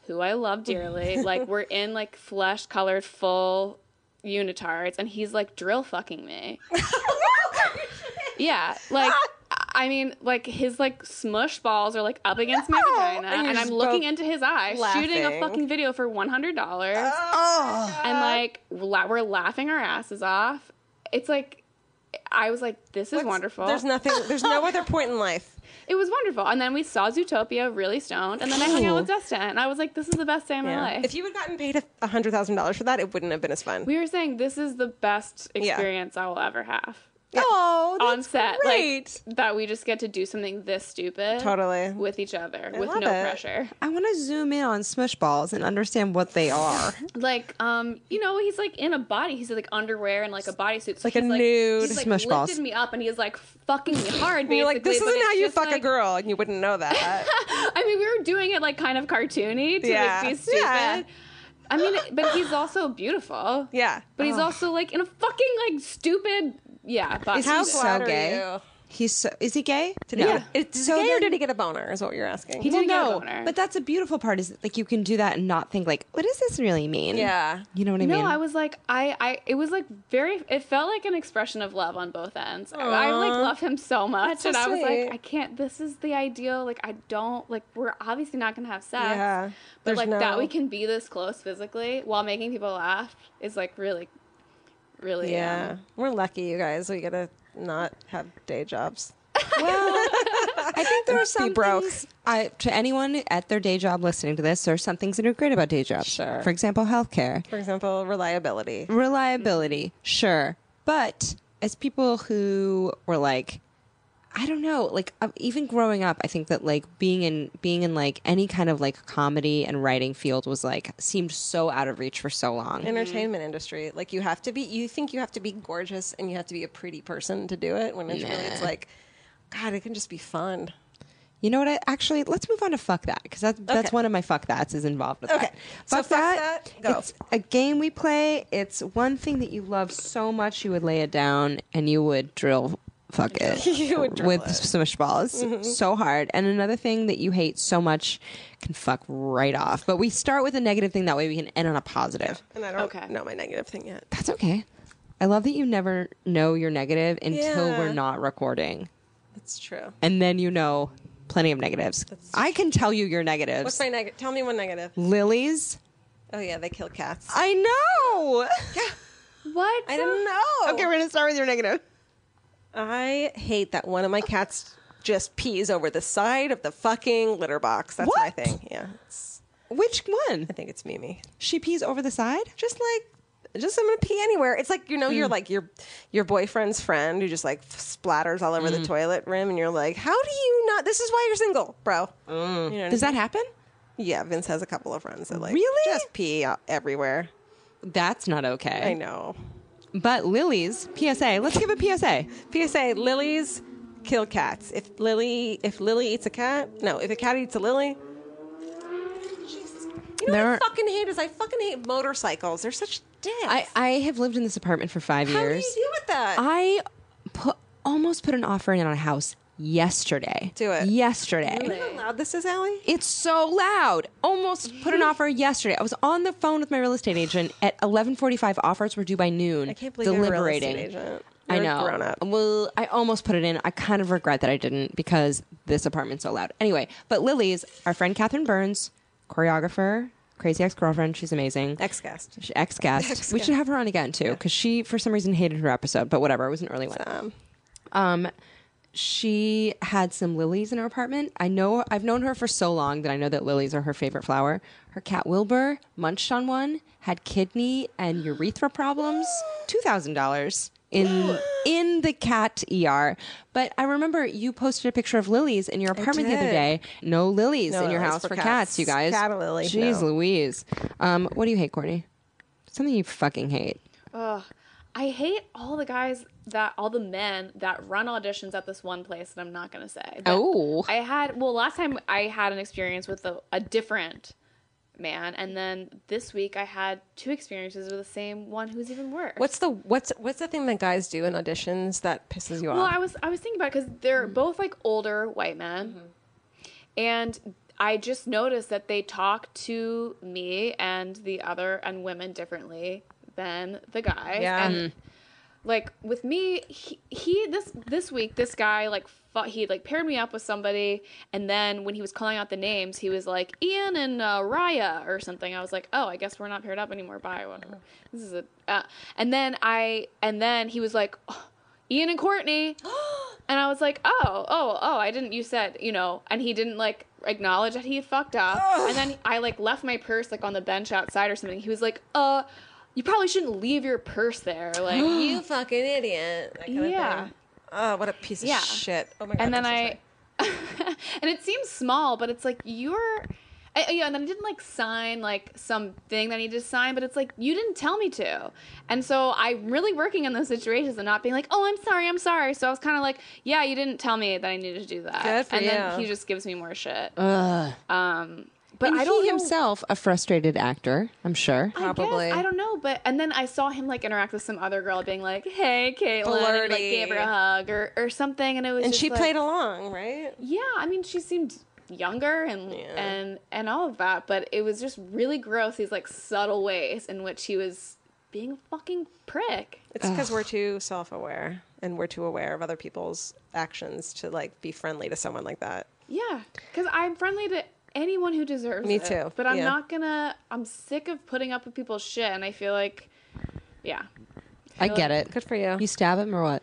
E: who I love dearly, like we're in like flesh colored full unitards and he's like drill fucking me. yeah, like I mean, like his like smush balls are like up against my vagina,
D: And
E: and,
D: you're
E: I'm
D: just
E: looking
D: both
E: into his eyes, shooting a
D: laughing. Uh.
E: fucking video for one hundred dollars,
D: Oh,
E: and like la- we're laughing our asses off. It's like I was like, this is wonderful.
D: There's nothing. There's no other point in life.
E: It was wonderful. And then we saw Zootopia really stoned. And then I hung out with Dustin. And I was like, this is the best day of my life.
D: If you had gotten paid a hundred thousand dollars for that, it wouldn't have been as fun.
E: we were saying, this is the best experience I will ever have
D: Oh,
E: on set.
D: great.
E: Like, that we just get to do something this stupid.
D: Totally.
E: With each other, with
D: love
E: no
D: it.
E: pressure.
C: I want to zoom in on smush balls and understand what they are.
E: Like, um, you know, he's like in a body. He's like underwear and like a bodysuit. So
D: Like a
E: he's,
D: nude
E: he's, like,
C: Smush
E: lifted
C: balls.
E: me up and he's like fucking me hard.
D: You're like, this
E: basically, but
D: isn't how
E: it's
D: you
E: just,
D: fuck a
E: like-
D: girl, and you wouldn't know that.
E: I mean, we were doing it like kind of cartoony to
D: Yeah.
E: like be stupid.
D: Yeah.
E: I mean, but he's also beautiful.
D: Yeah.
E: But he's also like in a fucking like stupid yeah. But
C: Is he so gay? He's so, is he gay? Did
D: Yeah. It, did he gay or did he get a boner? Is what you're asking.
E: He did get a
C: well, no,
E: boner.
C: but that's a beautiful part is like you can do that and not think like, what does this really mean?
D: Yeah.
C: you know what I
E: no,
C: mean.
E: I was like, I, I, it was like very, it felt like an expression of love on both ends. I, I, like love him so much,
D: so
E: and I was
D: sweet.
E: like, I can't. This is the ideal. Like, I don't like. We're obviously not gonna have sex,
D: Yeah.
E: but
D: There's
E: like that
D: no-
E: we can be this close physically while making people laugh is like really, really. um,
D: Yeah. We're lucky, you guys. We gotta not have day jobs.
C: Well, I think there are some
D: broke.
C: things. I, to anyone at their day job listening to this, there are some things that are great about day jobs.
D: Sure.
C: For example, healthcare,
D: For example, reliability.
C: Mm-hmm. reliability. Sure, but as people who were like, I don't know, like uh, even growing up, I think that like being in being in like any kind of like comedy and writing field was like seemed so out of reach for so long.
D: Entertainment industry. Like you have to be you think you have to be gorgeous and you have to be a pretty person to do it when it's really it's like God, it can just be fun.
C: You know what? I actually let's move on to fuck that because that, that's
D: Okay.
C: one of my fuck that's is involved with
D: Okay.
C: that.
D: So fuck that, go.
C: It's a game we play. It's one thing that you love so much you would lay it down and you would drill fuck it
D: You would drill
C: with
D: it. Mm-hmm.
C: smush balls so hard. And another thing that you hate so much can fuck right off. But we start with a negative thing that way we can end on a positive.
D: And I don't
E: Okay.
D: know my negative thing yet.
C: That's okay. I love that you never know you're negative until
D: Yeah.
C: we're not recording
D: That's true.
C: and then you know plenty of negatives. I can tell you your negatives.
D: What's my negative? Tell me one negative.
C: Lilies.
D: Oh yeah, they kill cats.
C: I know.
E: What?
D: I didn't know.
C: okay, we're gonna start with your negative.
D: I hate that one of my cats just pees over the side of the fucking litter box. That's my
C: What?
D: thing. Yeah. It's-
C: Which one?
D: I think it's Mimi.
C: She pees over the side.
D: Just like just I'm gonna pee anywhere. It's like you know
C: Mm.
D: you're like your your boyfriend's friend who just like splatters all over
C: Mm.
D: the toilet rim, and you're like, how do you not? This is why you're single, bro. You know what I
C: Does Mm. that happen?
D: mean? Yeah, Vince has a couple of friends that like
C: Really?
D: just pee out everywhere.
C: That's not okay.
D: I know.
C: But Lily's PSA. Let's give a PSA.
D: PSA: Lilies kill cats. If Lily, if Lily eats a cat, no. If a cat eats a lily. Jesus. You know
A: There
D: what
A: are-
D: I fucking hate is I fucking hate motorcycles. They're such dicks.
C: I, I have lived in this apartment for five
D: How do
C: years.
D: you deal with that?
C: I put almost put an offer in on a house yesterday.
D: Do it.
C: yesterday.
D: You know how loud this is, Allie?
C: It's so loud. Almost put an offer yesterday. I was on the phone with my real estate agent at 11:45. Offers were due by noon.
D: I can't believe you're a real estate agent.
C: I
D: You're
C: know.
D: grown up.
C: Well, I almost put it in. I kind of regret that I didn't because this apartment's so loud. Anyway, but Lily's our friend Catherine Burns, choreographer, crazy ex-girlfriend. She's amazing.
D: Xcast.
C: Ex guest. We should have her on again too, because she for some reason hated her episode, but whatever. It was an early one.
D: Um,
C: Um, she had some lilies in her apartment. I know I've known her for so long that I know that lilies are her favorite flower. Her cat Wilbur munched on one, had kidney and urethra problems. Two thousand dollars in in the cat ER. But I remember you posted a picture of lilies in your apartment the other
D: did.
C: day. No lilies
D: No
C: in your
D: lilies
C: house for,
D: for
C: cats.
D: cats.
C: you guys.
D: Cat lily,
C: Jeez,
D: no.
C: Louise. Um, what do you hate, Courtney? Something you fucking hate.
E: Ugh. I hate all the guys that all the men that run auditions at this one place that I'm not gonna say. But
C: Oh.
E: I had well last time I had an experience with a, a different man, and then this week I had two experiences with the same one who's even worse.
D: What's the what's what's the thing that guys do in auditions that pisses you
E: Well,
D: off?
E: I was I was thinking about because
D: Mm-hmm.
E: they're both like older white men, and I just noticed that they talk to me and the other and women differently than the guys.
D: Yeah. Mm.
E: And, like with me, he, he this this week this guy like fu- he like paired me up with somebody, and then when he was calling out the names, he was like Ian and uh, Raya or something. I was like, oh, I guess we're not paired up anymore. Bye, whatever. This is a. Uh, and then I and then he was like. "Oh, Ian and Courtney. and I was like, oh, oh, oh, I didn't, you said, you know, and he didn't like acknowledge that he had fucked up. and then I like left my purse like on the bench outside or something. He was like, uh, you probably shouldn't leave your purse there. Like,
G: You fucking idiot. That kind of
E: yeah.
G: thing. Oh, what a piece of
E: Yeah.
G: shit. Oh my god.
E: and then
G: I'm so
E: I,
G: sorry.
E: and it seems small, but it's like you're, I, yeah. And then I didn't like sign like something that I needed to sign, but it's like you didn't tell me to, and so I'm really working in those situations and not being like, oh, I'm sorry, I'm sorry. So I was kind of like, yeah, you didn't tell me that I needed to do that,
D: Good for
E: and then
D: you.
E: he just gives me more shit. Um, but
C: And
E: I don't
C: he
E: know-
C: himself, a frustrated actor, I'm sure.
E: I guess.
D: Probably.
E: I don't know, but and then I saw him like interact with some other girl, being like, "Hey, Caitlin," and, like
D: Flirty.
E: gave her a hug or, or something, and it was
D: and
E: just,
D: she
E: like-
D: played along, right?
E: yeah i mean she seemed younger and and and all of that but it was just really gross these like subtle ways in which he was being a fucking prick
D: It's because we're too self-aware and we're too aware of other people's actions to like be friendly to someone like that.
E: yeah because i'm friendly to anyone who deserves
D: Me
E: it,
D: too,
E: but i'm
D: yeah.
E: not gonna i'm sick of putting up with people's shit and i feel like yeah
C: I get it.
D: Good for you.
C: You stab him or what?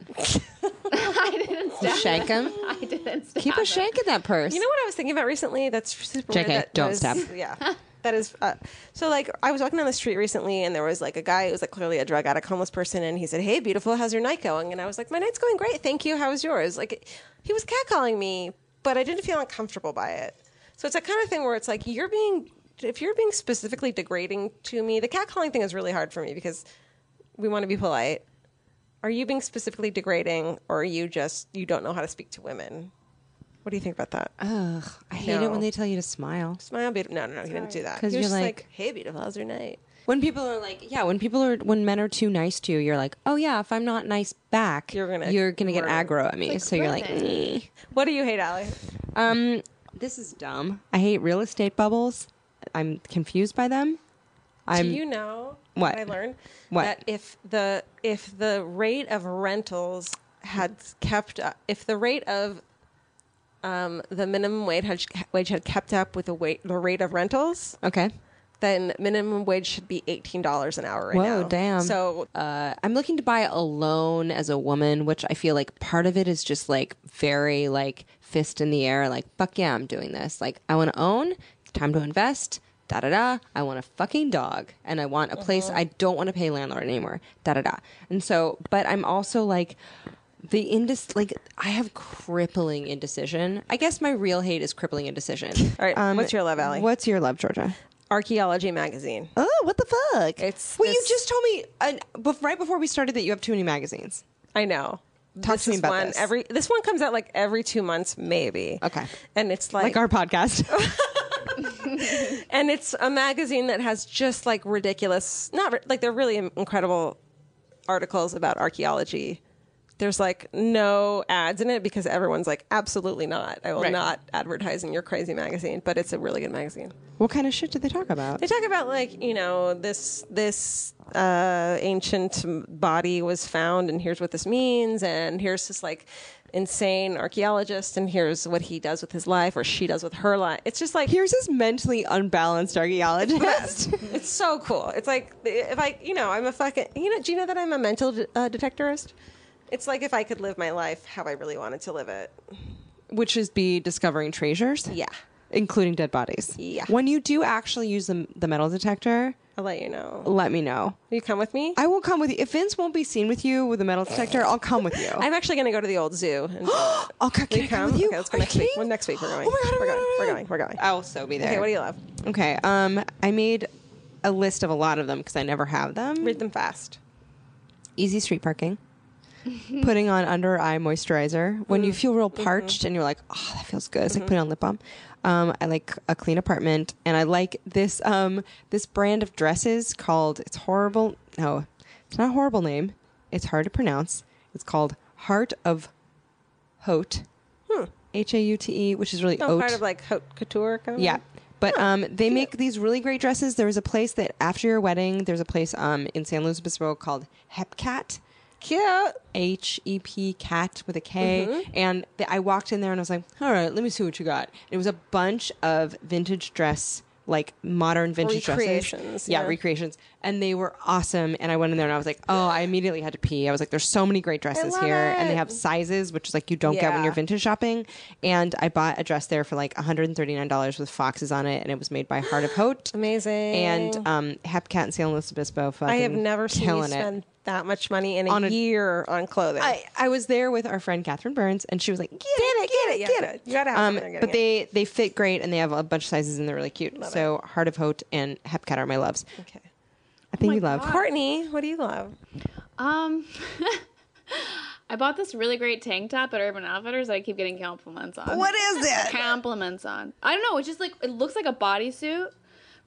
E: i didn't
C: You
E: stab
C: shank him?
E: i didn't stab
C: Keep a
E: him.
C: shank in that purse.
D: You know what I was thinking about recently? That's super.
C: JK,
D: weird. That
C: don't
D: was-
C: stab.
D: Yeah, that is. Uh, so like, I was walking down the street recently, and there was like a guy who was like clearly a drug addict, homeless person, and he said, "Hey, beautiful, how's your night going?" And I was like, "My night's going great, thank you. How's yours?" Like, he was catcalling me, but I didn't feel uncomfortable by it. So it's that kind of thing where it's like you're being, if you're being specifically degrading to me, the catcalling thing is really hard for me because we want to be polite. Are you being specifically degrading, or are you just you don't know how to speak to women? What do you think about that?
C: Ugh, I hate it
D: No.
C: when they tell you to smile.
D: smile beautiful. No, no, no, he didn't do that.
C: 'Cause
D: He was
C: you're
D: just
C: like-
D: hey, beautiful, how's your night?
C: When people are like, yeah, when people are, when men are too nice to you, you're like, oh yeah, if I'm not nice back,
D: You're gonna-
C: you're gonna get aggro at me. so you're like, "Eh."
D: What do you hate, Allie?
C: um, this is dumb. I hate real estate bubbles. I'm confused by them. I'm
D: do you know
C: What?
D: I learned?
C: What?
D: That if the if the rate of rentals had kept up, if the rate of um, the minimum wage had, wage had kept up with the wait, the rate of rentals,
C: okay.
D: then minimum wage should be eighteen dollars an hour right now.
C: Whoa, damn.
D: So
C: uh, I'm looking to buy a loan as a woman, which I feel like part of it is just like very like fist in the air, like fuck yeah, I'm doing this. Like I want to own. It's time to invest. Da da da. I want a fucking dog, and I want a place.
D: Uh-huh.
C: I don't want to pay landlord anymore. Da da da. And so, but I'm also like. The indis like I have crippling indecision. I guess my real hate is crippling indecision.
D: All right, what's your love, Ally?
C: What's your love, Georgia?
D: Archaeology magazine.
C: Oh, what the fuck?
D: It's
C: well, you
D: this-
C: just told me uh, bef- right before we started that you have too many magazines.
D: I know.
C: Talk
D: This
C: to me
D: is
C: about
D: one
C: this.
D: Every this one comes out like every two months, maybe.
C: Okay.
D: And it's like,
C: Like our podcast.
D: and it's a magazine that has just like ridiculous, not ri- like they're really in- incredible articles about archaeology. There's like no ads in it because everyone's like, absolutely not. I will
C: Right.
D: not advertise in your crazy magazine, but it's a really good magazine.
C: what kind of shit do they talk about?
D: They talk about like you know this this uh, ancient body was found, and here's what this means, and here's this like insane archaeologist, and here's what he does with his life or she does with her life. It's just like
C: Here's this mentally unbalanced archaeologist.
D: it's so cool. It's like if I you know I'm a fucking you know do you know that I'm a mental uh, detectorist? It's like if I could live my life how I really wanted to live it.
C: Which is be discovering treasures.
D: Yeah,
C: Including dead bodies.
D: Yeah.
C: When you do actually use the, the metal detector,
D: I'll let you know.
C: let me know.
D: Will you come with me?
C: I will come with you. If Vince won't be seen with you with a metal detector, I'll come with you.
D: I'm actually going to go to the old zoo. And
C: I'll come,
D: Will
C: can I come with you.
D: Okay, let's go
C: Are
D: next
C: you
D: week.
C: kidding?
D: Well, next week we're going.
C: Oh my god, I'm
D: we're going.
C: I'm
D: We're going. We're going.
C: I'll so be there.
D: Okay, what do you love?
C: Okay. Um, I made a list of a lot of them because I never have them.
D: Read them fast.
C: Easy street parking. putting on under eye moisturizer when
D: Mm.
C: you feel real
D: Mm-hmm.
C: parched and you're like, oh, that feels good. It's like putting on lip balm. Um, I like a clean apartment, and I like this um this brand of dresses called. It's horrible. No, it's not a horrible name. It's hard to pronounce. It's called Heart of Haute. H a u t e, which is really
D: Oh,
C: haute.
D: part of like haute couture. Kind of
C: Yeah.
D: thing?
C: But um, they make these really great dresses. There was a place that after your wedding, there's a place um, in San Luis Obispo called Hepcat,
D: cute.
C: H E P cat with a K.
D: Mm-hmm.
C: And the, I walked in there and I was like, all right, let me see what you got. it was a bunch of vintage dress, like modern vintage dresses.
D: Recreations,
C: Yeah,
D: yeah.
C: recreations. And they were awesome. And I went in there and I was like, oh, I immediately had to pee. I was like, there's so many great dresses
D: love
C: here. And they
D: it.
C: have sizes, which is like you don't get when
D: Yeah.
C: you're vintage shopping. And I bought a dress there for like $139 with foxes on it. And it was made by Heart of Haute.
D: Amazing.
C: And um, Hepcat and San Luis Obispo. Fucking
D: I have never seen you
C: killing it.
D: spend that much money in a,
C: On a-
D: year on clothing.
C: I, I was there with our friend Catherine Burns, and she was like, "Get, it, get it,
D: yeah,
C: get
D: yeah.
C: it."
D: You gotta have
C: um,
D: something they're
C: But
D: getting
C: they they fit great, and they have a bunch of sizes, and they're really cute. so Heart of Hote and Hepcat are my loves.
D: okay. Oh
C: I think you love.
D: Courtney, what do you love?
E: Um, I bought this really great tank top at Urban Outfitters. That I keep getting compliments on. What is it? Compliments on. I don't know. It's just like it looks like a bodysuit,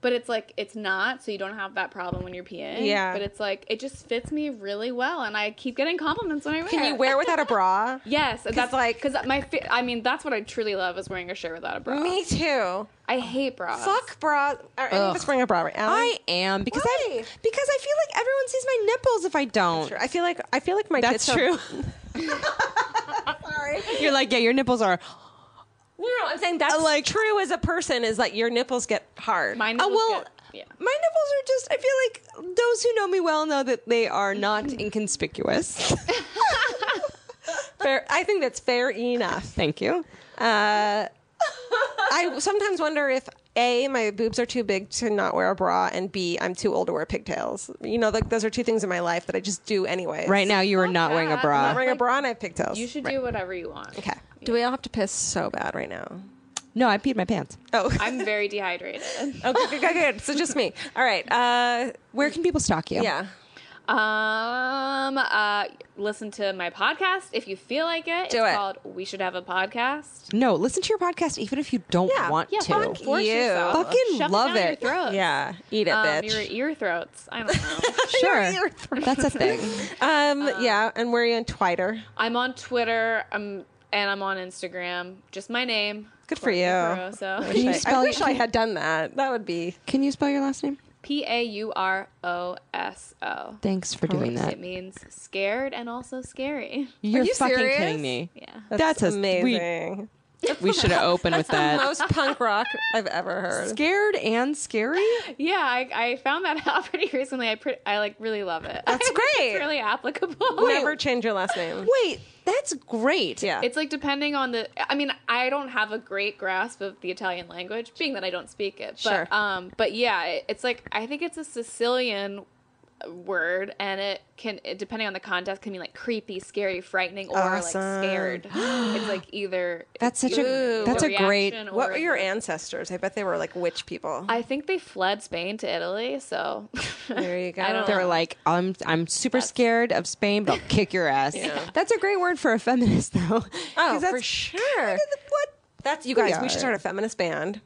E: but it's like it's not. So you don't have that problem when you're peeing.
D: Yeah.
E: But it's like it just fits me really well, and I keep getting compliments when I wear.
D: Can
E: it.
D: you wear without a bra?
E: Yes,
D: like-
E: that's like because my. Fi- I mean, that's what I truly love is wearing a shirt without a bra.
D: Me too.
E: I hate bras.
D: Fuck bra. Are any of us wearing a bra right Ally?
C: I am because I
D: Why?
C: because I feel like everyone sees my nipples if I don't.
D: I feel like I feel like my
C: That's
D: tits are-
C: true. You're like, yeah, your nipples are.
D: No, no, I'm saying that's uh, like true as a person is like your nipples get hard.
E: Mine
C: Oh
E: was
C: well,
E: good. Yeah.
C: my nipples are just. I feel like those who know me well know that they are not
D: Mm.
C: inconspicuous.
D: Fair, I think that's fair enough.
C: Thank you.
D: I sometimes wonder if a my boobs are too big to not wear a bra, and b I'm too old to wear pigtails. You know, like those are two things in my life that I just do anyway.
C: Right now, you are not wearing a
E: that.
C: bra.
D: I'm wearing a bra and I have pigtails.
E: You should do whatever you want.
D: Okay. Do we all have to piss so bad right now?
C: No, I peed my pants.
D: Oh,
E: I'm very dehydrated.
D: okay, good, good. So just me. All right. Uh,
C: Where can people stalk you?
D: yeah.
E: Um, uh, listen to my podcast if you feel like it.
D: Do
E: it's
D: it.
E: called We Should Have a Podcast.
C: No, listen to your podcast even if you don't
D: Yeah.
C: want
E: Yeah,
C: to.
E: fucking force
D: You.
E: yourself.
C: Fucking
E: Shove
C: love
E: it. Down
C: it.
E: Your throats.
D: Yeah. Eat it,
E: Um,
D: bitch.
E: Your ear throats. I don't know.
C: Sure. That's a thing.
D: Um, yeah. And where are you on Twitter?
E: I'm on Twitter. I'm and I'm on Instagram. Just my name.
D: Good for you.
E: Courtney Puro, so
C: you
D: I,
C: spell
D: I Oh. wish
C: your-
D: I had done that. That would be.
C: Can you spell your last name?
E: P A U R O S O.
C: Thanks for doing that.
E: It means scared and also scary.
C: You're
D: you
C: fucking
D: serious?
C: kidding me.
E: Yeah.
C: That's, a, We,
D: amazing.
C: we should have opened with that.
D: Most punk rock I've ever heard.
C: Scared and scary?
E: Yeah, I, I found that out pretty recently. I pre- I like really love it.
D: That's
E: I think
D: great.
E: It's really applicable.
D: Never change your last name.
C: Wait, that's great.
D: Yeah.
E: It's like depending on the. I mean, I don't have a great grasp of the Italian language, being that I don't speak it.
D: Sure.
E: But, Um, but yeah, it- it's like I think it's a Sicilian word, and it can, it, depending on the context, can mean like creepy, scary, frightening, or
G: Awesome.
E: like scared. it's like either.
C: That's such a that's a great.
E: reaction
D: What
E: or
D: were your
E: the-
D: ancestors? I bet they were like witch people.
E: I think they fled Spain to Italy, so
D: there you go.
E: I don't
C: They were
E: know.
C: like, I'm I'm super scared of Spain, but I'll kick your ass. That's a great word for a feminist, though.
D: oh,
C: 'Cause that's
D: for sure.
C: What
D: That's you guys. We,
C: are.
D: should start a feminist band,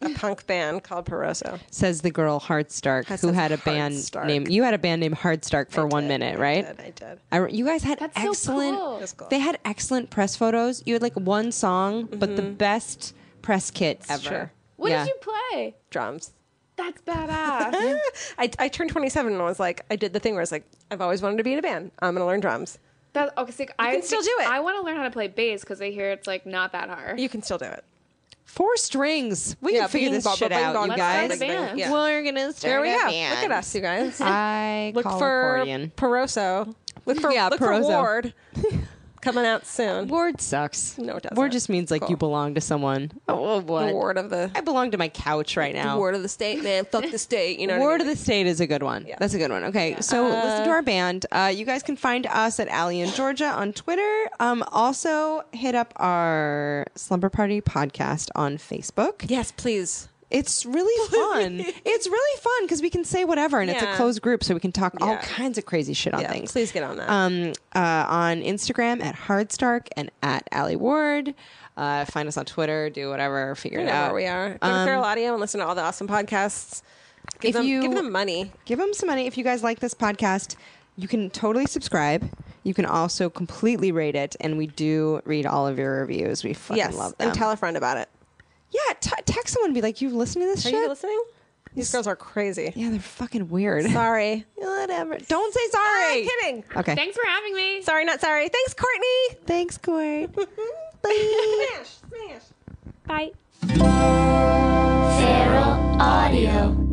D: a punk band called Peroso.
C: says the girl Hardstark, who
D: says
C: had a band
D: Hardstark.
C: named you had a band named Hardstark for one
D: did,
C: minute,
D: I
C: right?
D: did, I did.
C: I re- you guys had
E: That's so
C: excellent.
E: cool. That's
D: cool.
C: They had excellent press photos. You had like one song, but the best press kit ever.
E: What
C: Yeah.
E: did you play?
D: Drums. Ah,
E: That's badass.
D: I, I turned 27 and I was like, I did the thing where I was like, I've always wanted to be in a band. I'm going to learn drums.
E: That okay. So I
D: can still
E: think-
D: do it.
E: I want to learn how to play bass because I hear it's like not that hard.
D: You can still do it.
C: Four strings. We
D: Yeah,
C: can figure
D: bing,
C: this
D: bong,
C: shit
D: bong,
C: out,
D: bong,
C: you
E: Let's start a
C: guys.
E: band.
D: Yeah.
C: Well, you're gonna start
D: There we
C: a
D: have.
C: band.
D: Look at us, you guys.
C: I
D: Look
C: call
D: for
C: accordion.
D: Peroso. Look for,
C: Yeah,
D: look
C: Peroso.
D: for Ward coming out soon.
C: Word sucks.
D: No, it doesn't.
C: Word just means like you
D: Cool.
C: belong to someone. Oh, oh, what?
D: The Ward of the
C: I belong to my couch right now.
D: Ward of the state, man. Fuck the state. You know.
C: Word of the State is a good one. That's a good one. Okay, so listen to our band. Uh, you guys can find us at Allie and Georgia on Twitter. Um, also, hit up our Slumber Party podcast on Facebook.
D: Yes, please.
C: It's really fun. it's really fun because we can say whatever, and it's a
D: Yeah.
C: closed group, so we can talk all
D: Yeah.
C: kinds of crazy shit on
D: Yeah,
C: things.
D: please get on that.
C: Um, uh, on Instagram at Hardstark and at Allie Ward. Uh, find us on Twitter. Do whatever. Figure
D: You
C: it
D: know
C: out.
D: where we are. Go to Feral Audio and listen to all the awesome podcasts.
C: Um, If
D: Give them,
C: you-
D: give them money.
C: give them some money if you guys like this podcast you can totally subscribe you can also completely rate it and we do read all of your reviews we fucking
D: Yes,
C: love them
D: and tell a friend about it.
C: yeah t- text someone and be like you listening to this
D: Are
C: shit
D: you listening? These girls are crazy.
C: yeah they're fucking weird
D: Sorry.
C: whatever don't say sorry
D: I'm kidding.
C: okay
E: Thanks for having me.
D: Sorry, not sorry. Thanks, Courtney.
C: thanks Court.
D: smash, smash.
E: Bye.
B: Feral Audio.